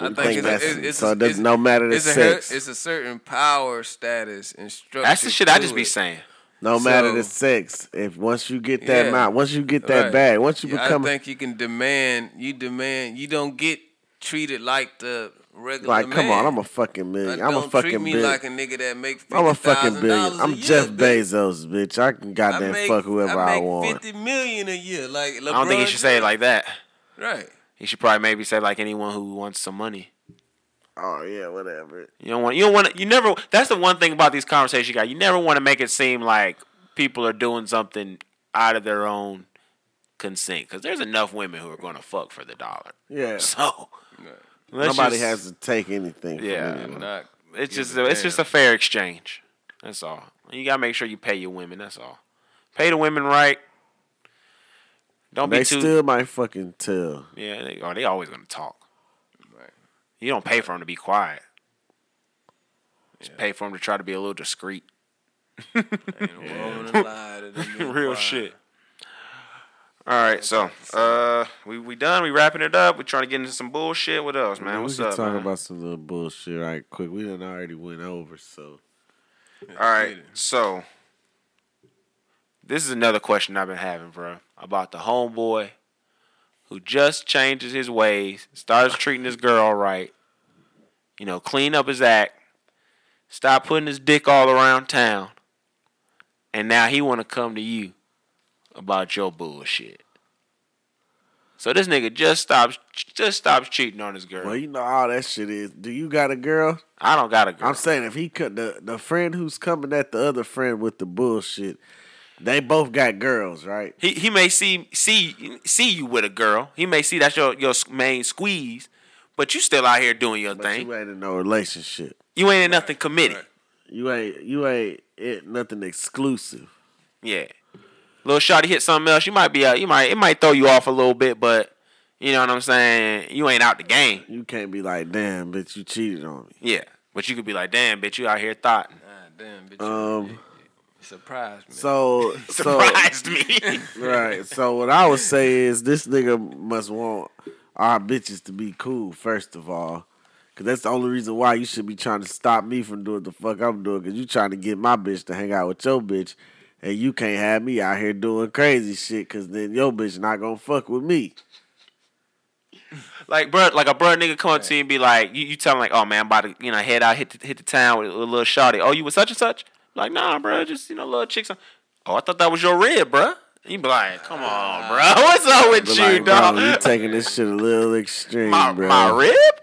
[SPEAKER 6] I
[SPEAKER 5] You
[SPEAKER 6] think,
[SPEAKER 5] think
[SPEAKER 6] it's,
[SPEAKER 5] that's-
[SPEAKER 6] it's, it's
[SPEAKER 5] so it doesn't- no matter the
[SPEAKER 6] it's a her-
[SPEAKER 5] sex.
[SPEAKER 6] it's a certain power status and structure.
[SPEAKER 2] That's the shit I
[SPEAKER 6] to
[SPEAKER 2] just be
[SPEAKER 6] it.
[SPEAKER 2] saying.
[SPEAKER 5] No matter the
[SPEAKER 6] So-
[SPEAKER 5] sex, if once you get that
[SPEAKER 6] Yeah.
[SPEAKER 5] amount, once you get that
[SPEAKER 6] Right.
[SPEAKER 5] bag, once you
[SPEAKER 6] Yeah,
[SPEAKER 5] become
[SPEAKER 6] I think you can demand. You demand. You don't get treated like the
[SPEAKER 5] [laughs]
[SPEAKER 6] regular.
[SPEAKER 5] like, come on,
[SPEAKER 6] man.
[SPEAKER 5] I'm a fucking million,
[SPEAKER 6] Like,
[SPEAKER 5] I'm a
[SPEAKER 6] don't
[SPEAKER 5] fucking
[SPEAKER 6] treat me
[SPEAKER 5] billion,
[SPEAKER 6] like a nigga that make.
[SPEAKER 5] I'm a fucking
[SPEAKER 6] $50,000
[SPEAKER 5] billion,
[SPEAKER 6] a
[SPEAKER 5] I'm
[SPEAKER 6] year,
[SPEAKER 5] Jeff
[SPEAKER 6] bitch.
[SPEAKER 5] Bezos, bitch. I can
[SPEAKER 6] I
[SPEAKER 5] goddamn
[SPEAKER 6] make-
[SPEAKER 5] fuck whoever I,
[SPEAKER 6] I, make
[SPEAKER 5] want.
[SPEAKER 6] Fifty million a year, like LeBron
[SPEAKER 2] I don't think he should say it like that.
[SPEAKER 6] right.
[SPEAKER 2] He should probably maybe say like anyone who wants some money.
[SPEAKER 5] Oh yeah, whatever.
[SPEAKER 2] You don't want you don't want to, you never that's the one thing about these conversations you got. You never want to make it seem like people are doing something out of their own consent cuz there's enough women who are going to fuck for the dollar.
[SPEAKER 5] Yeah,
[SPEAKER 2] [laughs] So let's
[SPEAKER 5] nobody
[SPEAKER 2] just-
[SPEAKER 5] has to take anything.
[SPEAKER 2] Yeah,
[SPEAKER 5] from anyone.
[SPEAKER 6] Not
[SPEAKER 2] it's
[SPEAKER 6] give
[SPEAKER 2] just
[SPEAKER 6] a
[SPEAKER 2] a, it's just a
[SPEAKER 6] damn.
[SPEAKER 2] fair exchange. That's all. You got to make sure you pay your women, that's all. Pay the women right. Don't
[SPEAKER 5] they
[SPEAKER 2] be too
[SPEAKER 5] still might fucking tell.
[SPEAKER 2] Yeah, they are they always going to talk.
[SPEAKER 6] Right.
[SPEAKER 2] You don't pay for them to be quiet. Just pay for them to try to be a little discreet.
[SPEAKER 6] Ain't a
[SPEAKER 5] [laughs]
[SPEAKER 6] woman alive that done been
[SPEAKER 2] Real
[SPEAKER 6] quiet.
[SPEAKER 2] shit. All right, so uh, we we done. We wrapping it up. We trying to get into some bullshit. What else, man?
[SPEAKER 5] we
[SPEAKER 2] What's
[SPEAKER 5] can
[SPEAKER 2] up,
[SPEAKER 5] talk
[SPEAKER 2] man?
[SPEAKER 5] about some little bullshit right quick. We done already went over, so
[SPEAKER 2] All right, so this is another question I've been having, bro, about the homeboy who just changes his ways, starts treating his girl right, you know, clean up his act, stop putting his dick all around town, and now he want to come to you about your bullshit. So this nigga just stops, just stops cheating on his girl.
[SPEAKER 5] well, you know all that shit is. Do you got a girl?
[SPEAKER 2] I don't got a girl.
[SPEAKER 5] I'm saying if he could the, the friend who's coming at the other friend with the bullshit, they both got girls, right?
[SPEAKER 2] He he may see see see you with a girl. He may see that's your your s- main squeeze, but you still out here doing your
[SPEAKER 5] But
[SPEAKER 2] thing. You
[SPEAKER 5] you
[SPEAKER 2] ain't,
[SPEAKER 5] ain't in no relationship.
[SPEAKER 2] in nothing committed.
[SPEAKER 6] right.
[SPEAKER 5] You ain't you ain't it nothing exclusive.
[SPEAKER 2] Yeah, little shotty hit something else. You might be out. You might it might throw you off a little bit, but you know what I'm saying. You ain't out the game.
[SPEAKER 5] You can't be like, damn, bitch, you cheated on me.
[SPEAKER 2] Yeah, but you could be like, damn, bitch, you out here thought [laughs]
[SPEAKER 6] Ah, damn, bitch.
[SPEAKER 5] Um,
[SPEAKER 6] surprised me.
[SPEAKER 5] so so
[SPEAKER 2] surprised me. [laughs]
[SPEAKER 5] right. So what I would say is this nigga must want our bitches to be cool first of all. Cause that's the only reason why you should be trying to stop me from doing the fuck I'm doing. Cause you trying to get my bitch to hang out with your bitch, and you can't have me out here doing crazy shit. Cause then your bitch not gonna fuck with me.
[SPEAKER 2] like bro, like a bro nigga come up to you and be like, you, you tell him like, oh man, I'm about to you know head out hit the, hit the town with a little shotty. Oh, you with such and such? Like nah, bro, just you know little chicks. Oh, I thought that was your rib, bro. You be like, come on, bro, [laughs] what's up with
[SPEAKER 5] But
[SPEAKER 2] you, [laughs]
[SPEAKER 5] like, bro,
[SPEAKER 2] dog?
[SPEAKER 5] you taking this shit a little extreme,
[SPEAKER 2] my,
[SPEAKER 5] bro.
[SPEAKER 2] my rib?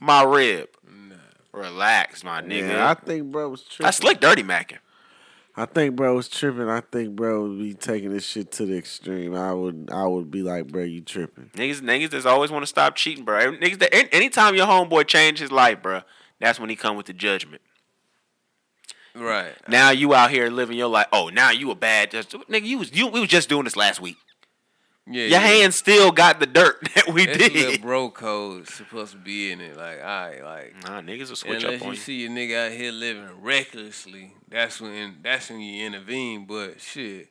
[SPEAKER 2] my rib. Relax, my nigga.
[SPEAKER 5] Yeah, I
[SPEAKER 2] I,
[SPEAKER 5] think bro was tripping.
[SPEAKER 2] I slick dirty macking.
[SPEAKER 5] I think bro was tripping. I think bro would be taking this shit to the extreme. I would I would be like, bro, you tripping.
[SPEAKER 2] Niggas, niggas just always want to stop cheating, bro. Every- Niggas, that- an- anytime your homeboy change his life, bro, that's when he come with the judgment.
[SPEAKER 6] Right.
[SPEAKER 2] Now you out here living your life. Oh, now you a bad just nigga. You was you we was just doing this last week.
[SPEAKER 6] Yeah.
[SPEAKER 2] Your hands still got the dirt [laughs] that we
[SPEAKER 6] It's a little
[SPEAKER 2] did.
[SPEAKER 6] bro code supposed to be in it. Like, all right, like
[SPEAKER 2] Nah, niggas will switch
[SPEAKER 6] unless
[SPEAKER 2] up on
[SPEAKER 6] you,
[SPEAKER 2] you.
[SPEAKER 6] see a nigga out here living recklessly, that's when that's when you intervene. But shit,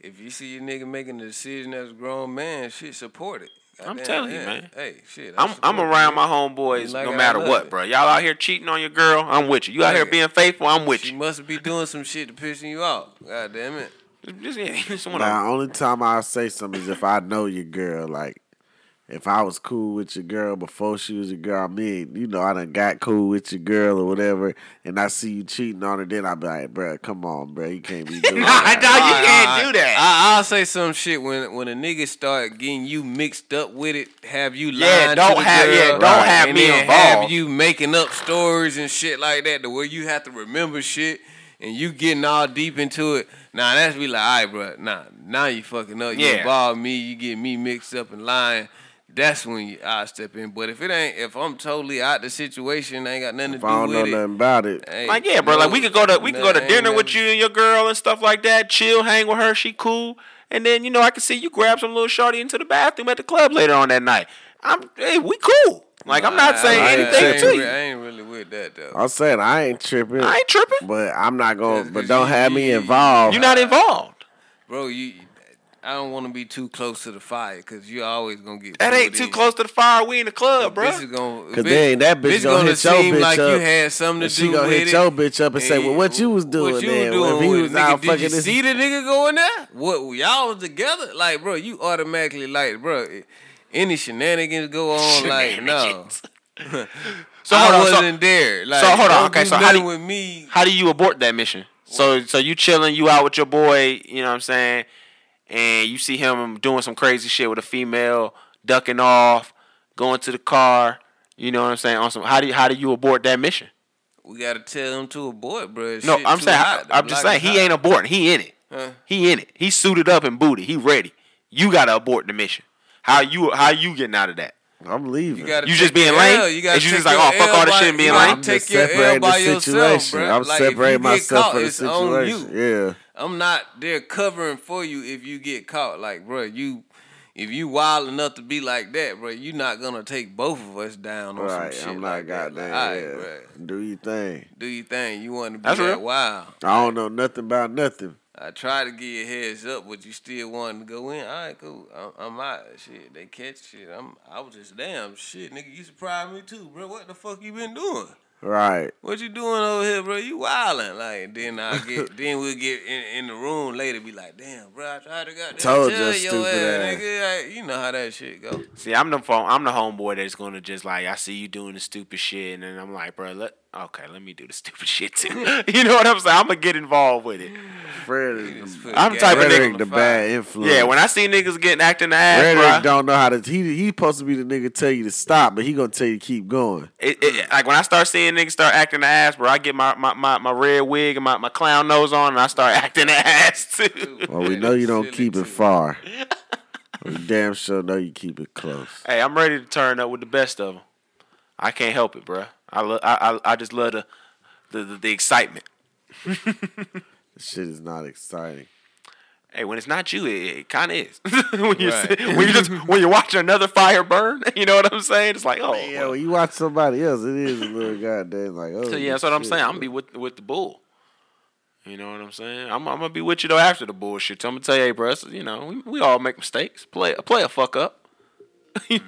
[SPEAKER 6] if you see a nigga making a decision as a grown man, shit, support it.
[SPEAKER 2] I'm
[SPEAKER 6] Goddamn,
[SPEAKER 2] telling you,
[SPEAKER 6] yeah.
[SPEAKER 2] man.
[SPEAKER 6] Hey, shit. I
[SPEAKER 2] I'm I'm
[SPEAKER 6] support
[SPEAKER 2] around
[SPEAKER 6] it.
[SPEAKER 2] my homeboys
[SPEAKER 6] Like
[SPEAKER 2] no
[SPEAKER 6] I
[SPEAKER 2] matter
[SPEAKER 6] love
[SPEAKER 2] what,
[SPEAKER 6] it.
[SPEAKER 2] bro. Y'all out here cheating on your girl, I'm with you. You out here
[SPEAKER 6] Nigga.
[SPEAKER 2] being faithful, I'm with
[SPEAKER 6] She
[SPEAKER 2] you.
[SPEAKER 6] must be doing some shit to pissing you off. God damn it.
[SPEAKER 2] Just, yeah, [laughs] just wanna-
[SPEAKER 5] Now, only time I say something is if I know your girl. Like, if I was cool with your girl before she was your girl, I mean, you know, I done got cool with your girl or whatever, and I see you cheating on her, then I be like, bruh, come on, bruh, you can't be
[SPEAKER 6] [laughs]
[SPEAKER 5] doing
[SPEAKER 2] [laughs] Nah,
[SPEAKER 5] that.
[SPEAKER 2] dawg, you
[SPEAKER 6] Alright,
[SPEAKER 2] can't
[SPEAKER 6] alright.
[SPEAKER 2] do that.
[SPEAKER 6] Oh, I, I'll say some shit when when a nigga start getting you mixed up with it, have you
[SPEAKER 2] Yeah,
[SPEAKER 6] lying
[SPEAKER 2] don't
[SPEAKER 6] to the
[SPEAKER 2] have-
[SPEAKER 6] girl,
[SPEAKER 2] yeah, don't have
[SPEAKER 6] and
[SPEAKER 2] me
[SPEAKER 6] then Have
[SPEAKER 2] involved.
[SPEAKER 6] you making up stories and shit like that, to where you have to remember shit and you getting all deep into it. Nah, that's be like, all right, bro. Nah, now you fucking up. You
[SPEAKER 2] Yeah.
[SPEAKER 6] involve me. You get me mixed up and lying. That's when you, I step in. But if it ain't, if I'm totally out the situation, I ain't got nothing
[SPEAKER 5] If
[SPEAKER 6] to
[SPEAKER 5] I don't
[SPEAKER 6] do
[SPEAKER 5] know
[SPEAKER 6] with it.
[SPEAKER 5] nothing about it,
[SPEAKER 6] Hey,
[SPEAKER 2] Like yeah, bro.
[SPEAKER 6] no,
[SPEAKER 2] like we could go to we could go
[SPEAKER 6] nah,
[SPEAKER 2] to
[SPEAKER 6] I
[SPEAKER 2] dinner
[SPEAKER 6] ain't
[SPEAKER 2] with
[SPEAKER 6] never-
[SPEAKER 2] you and your girl and stuff like that. Chill, hang with her. She cool. And then you know I can see you grab some little shorty into the bathroom at the club later on that night. I'm hey, we cool. Like I'm not
[SPEAKER 6] I-
[SPEAKER 2] saying
[SPEAKER 6] I- I
[SPEAKER 2] anything
[SPEAKER 6] ain't
[SPEAKER 2] to
[SPEAKER 6] re-
[SPEAKER 2] you.
[SPEAKER 6] I ain't really with that though.
[SPEAKER 5] I'm saying I ain't tripping.
[SPEAKER 2] I ain't tripping.
[SPEAKER 5] But I'm not going. to
[SPEAKER 6] Just
[SPEAKER 5] But
[SPEAKER 6] 'cause
[SPEAKER 5] don't
[SPEAKER 6] you-
[SPEAKER 5] have me
[SPEAKER 6] you-
[SPEAKER 5] involved.
[SPEAKER 2] You're not involved.
[SPEAKER 6] Bro, you I don't want to be too close to the fire because you always gonna get.
[SPEAKER 2] That ain't too close to the fire. We in the club, bro.
[SPEAKER 6] This is gonna
[SPEAKER 5] Cause then that bitch, gonna, hit your
[SPEAKER 6] seem
[SPEAKER 5] bitch
[SPEAKER 6] like
[SPEAKER 5] up.
[SPEAKER 6] you had something
[SPEAKER 5] and
[SPEAKER 6] to
[SPEAKER 5] she
[SPEAKER 6] do
[SPEAKER 5] gonna
[SPEAKER 6] with
[SPEAKER 5] hit
[SPEAKER 6] it.
[SPEAKER 5] your bitch up and say, "Well, what you was doing
[SPEAKER 6] What you
[SPEAKER 5] then?
[SPEAKER 6] doing?
[SPEAKER 5] if he
[SPEAKER 6] with
[SPEAKER 5] was
[SPEAKER 6] it,
[SPEAKER 5] out
[SPEAKER 6] nigga, did
[SPEAKER 5] fucking
[SPEAKER 6] you
[SPEAKER 5] this
[SPEAKER 6] see the nigga going there? What y'all was together? Like, bro, you automatically like, bro. Any shenanigans go on? Like, no,
[SPEAKER 2] Shenanigans. [laughs] so hold
[SPEAKER 6] I
[SPEAKER 2] on. So,
[SPEAKER 6] wasn't there. Like,
[SPEAKER 2] hold on,
[SPEAKER 6] don't
[SPEAKER 2] okay,
[SPEAKER 6] do
[SPEAKER 2] so how
[SPEAKER 6] nothing
[SPEAKER 2] do-
[SPEAKER 6] with me?
[SPEAKER 2] how do you abort that mission? So so you chilling, you out with your boy, you know what I'm saying, and you see him doing some crazy shit with a female, ducking off, going to the car, you know what I'm saying? On some how do you, how do you abort that mission?
[SPEAKER 6] We gotta tell him to abort, bro.
[SPEAKER 2] No,
[SPEAKER 6] Shit
[SPEAKER 2] I'm
[SPEAKER 6] too
[SPEAKER 2] saying
[SPEAKER 6] hot. The
[SPEAKER 2] I'm just
[SPEAKER 6] block
[SPEAKER 2] saying
[SPEAKER 6] is
[SPEAKER 2] he
[SPEAKER 6] hot.
[SPEAKER 2] ain't aborting. He in it.
[SPEAKER 6] Huh.
[SPEAKER 2] He in it. He suited up and booty. He ready. You gotta abort the mission. How you how you getting out of that?
[SPEAKER 5] I'm leaving.
[SPEAKER 6] You, gotta
[SPEAKER 2] You
[SPEAKER 6] take
[SPEAKER 2] just being
[SPEAKER 6] your
[SPEAKER 2] lame?
[SPEAKER 6] L. You gotta
[SPEAKER 2] Is you
[SPEAKER 6] take
[SPEAKER 2] just like,
[SPEAKER 6] your
[SPEAKER 2] oh, fuck
[SPEAKER 6] L
[SPEAKER 2] all this
[SPEAKER 6] by-
[SPEAKER 2] shit and being
[SPEAKER 6] you gotta
[SPEAKER 2] lame? I'm
[SPEAKER 6] Take your L by yourself, bro.
[SPEAKER 5] I'm
[SPEAKER 6] like, if
[SPEAKER 5] separating
[SPEAKER 6] you get
[SPEAKER 5] myself
[SPEAKER 6] caught,
[SPEAKER 5] from the
[SPEAKER 6] it's on
[SPEAKER 5] situation.
[SPEAKER 6] you.
[SPEAKER 5] Yeah,
[SPEAKER 6] I'm not there covering for you if you get caught. Like, bro, you if you wild enough to be like that, bro, you not gonna take both of us down on some
[SPEAKER 5] right.
[SPEAKER 6] shit
[SPEAKER 5] I'm
[SPEAKER 6] like
[SPEAKER 5] not
[SPEAKER 6] that.
[SPEAKER 5] goddamn.
[SPEAKER 6] Like,
[SPEAKER 5] yeah.
[SPEAKER 6] all right, bro,
[SPEAKER 5] Do your thing.
[SPEAKER 6] do your thing. You want to be
[SPEAKER 2] That's
[SPEAKER 6] that
[SPEAKER 2] real.
[SPEAKER 6] wild?
[SPEAKER 5] I don't know nothing about nothing.
[SPEAKER 6] I tried to get your heads up, but you still wanted to go in. All right, cool. I'm, I'm out. Shit, they catch shit. I'm. I was just damn shit, nigga. You surprised me too, bro. What the fuck you been doing?
[SPEAKER 5] Right.
[SPEAKER 6] What you doing over here, bro? You wildin'. Like
[SPEAKER 5] [laughs]
[SPEAKER 6] then I get, then we'll get in, in the room later. Be like, damn, bro. I tried to got
[SPEAKER 5] Told
[SPEAKER 6] tell
[SPEAKER 5] your
[SPEAKER 6] your
[SPEAKER 5] stupid
[SPEAKER 6] ass,
[SPEAKER 5] ass.
[SPEAKER 6] nigga. Like, you know how that shit go.
[SPEAKER 2] See, I'm the phone. I'm the homeboy that's gonna just like I see you doing the stupid shit, and then I'm like, bro, let okay, let me do the [laughs] stupid shit too. you know what I'm saying? I'm gonna get involved with it.
[SPEAKER 5] Fred is
[SPEAKER 6] Just
[SPEAKER 5] the,
[SPEAKER 6] put
[SPEAKER 2] I'm
[SPEAKER 6] gas
[SPEAKER 2] type of
[SPEAKER 6] on
[SPEAKER 2] nigga
[SPEAKER 5] Frederick,
[SPEAKER 6] the
[SPEAKER 5] the
[SPEAKER 6] fire.
[SPEAKER 5] bad influence.
[SPEAKER 2] Yeah, when I see niggas getting acting the ass,
[SPEAKER 5] Frederick
[SPEAKER 2] bro.
[SPEAKER 5] don't know how to. He he supposed to be the nigga tell you to stop, but he gonna tell you to keep going.
[SPEAKER 2] It, it, like when I start seeing niggas start acting the ass, bro, I get my, my, my, my red wig and my, my clown nose on, and I start [laughs] acting the ass too.
[SPEAKER 5] Well, Oh, we know you don't
[SPEAKER 6] Silly
[SPEAKER 5] keep
[SPEAKER 6] too.
[SPEAKER 5] it
[SPEAKER 2] [laughs]
[SPEAKER 5] far. we damn sure know you keep it close.
[SPEAKER 2] hey, I'm ready to turn up with the best of them. I can't help it, bro. I lo- I, I I just love the the, the, the excitement.
[SPEAKER 5] This shit is not exciting.
[SPEAKER 2] Hey, when it's not you, it, it kind of is. [laughs] when you
[SPEAKER 6] Right.
[SPEAKER 2] when you just when you're watching another fire burn, [laughs] you know what I'm saying? It's like, oh,
[SPEAKER 5] Yeah,
[SPEAKER 2] well.
[SPEAKER 5] when you watch somebody else, it is a little goddamn like oh.
[SPEAKER 2] so yeah, that's what I'm
[SPEAKER 5] shit.
[SPEAKER 2] saying. I'm gonna be with with the bull. You know what I'm saying? I'm, I'm gonna be with you though after the bullshit. So I'm gonna tell you, hey, bro, it's- you know we, we all make mistakes. Play play a fuck up. [laughs]
[SPEAKER 5] I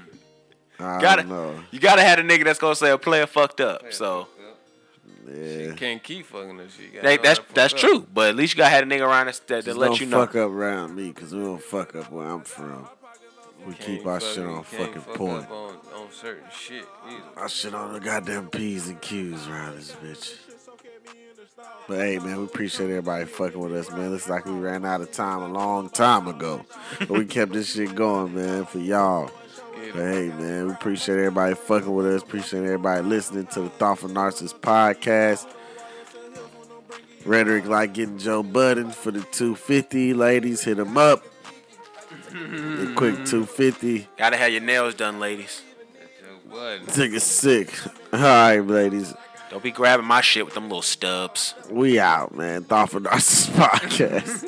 [SPEAKER 2] Gotta
[SPEAKER 5] don't know.
[SPEAKER 2] you gotta have a nigga that's gonna say a player fucked up. so
[SPEAKER 5] Yeah.
[SPEAKER 6] You can't keep fucking this shit. You
[SPEAKER 2] that,
[SPEAKER 6] gotta know
[SPEAKER 2] that's
[SPEAKER 6] how to
[SPEAKER 2] that's
[SPEAKER 6] fuck up.
[SPEAKER 2] true. But at least you gotta have a nigga around that, that, that
[SPEAKER 5] Just
[SPEAKER 2] let
[SPEAKER 5] don't
[SPEAKER 2] you know.
[SPEAKER 5] fuck up around me, cause we don't fuck up where I'm from. We keep
[SPEAKER 6] Can't
[SPEAKER 5] our
[SPEAKER 6] fuck-
[SPEAKER 5] shit
[SPEAKER 6] you
[SPEAKER 5] on
[SPEAKER 6] can't
[SPEAKER 5] fucking
[SPEAKER 6] fuck
[SPEAKER 5] point.
[SPEAKER 6] up On, on certain shit. either.
[SPEAKER 5] Our shit on the goddamn p's and q's around this bitch. But hey, man, we appreciate everybody fucking with us, man. Looks like we ran out of time a long time ago, but we kept this shit going, man, for y'all.
[SPEAKER 6] It
[SPEAKER 5] But hey, man, we appreciate everybody fucking with us. Appreciate everybody listening to the Thoughtful Narcissist podcast. Rhetoric like getting Joe Budden for the 250. Ladies, hit him up. The quick 250.
[SPEAKER 2] Gotta have your nails done, ladies.
[SPEAKER 5] Nigga sick. [laughs] All right, ladies.
[SPEAKER 2] Don't be grabbing my shit with them little stubs.
[SPEAKER 5] We out, man. Thoughtful Narcissist [laughs] podcast.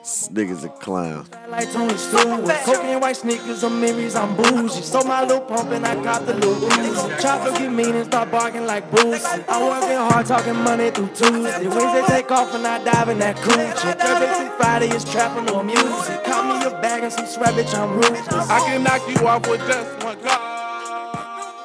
[SPEAKER 5] this nigga's a clown.
[SPEAKER 4] like Tony Stewart. Coke and white sneakers, I'm Mary's, I'm bougie. Sold my little pump and I caught the little Uzi. Chopper get mean and start barking like Bruce. I working hard, talking money through Tuesday. Wednesday take off and I dive in that coochie. Thursday through Friday is trapping on music. Call me your bag and some swag, bitch, I'm ruthless.
[SPEAKER 8] I can knock you off with just one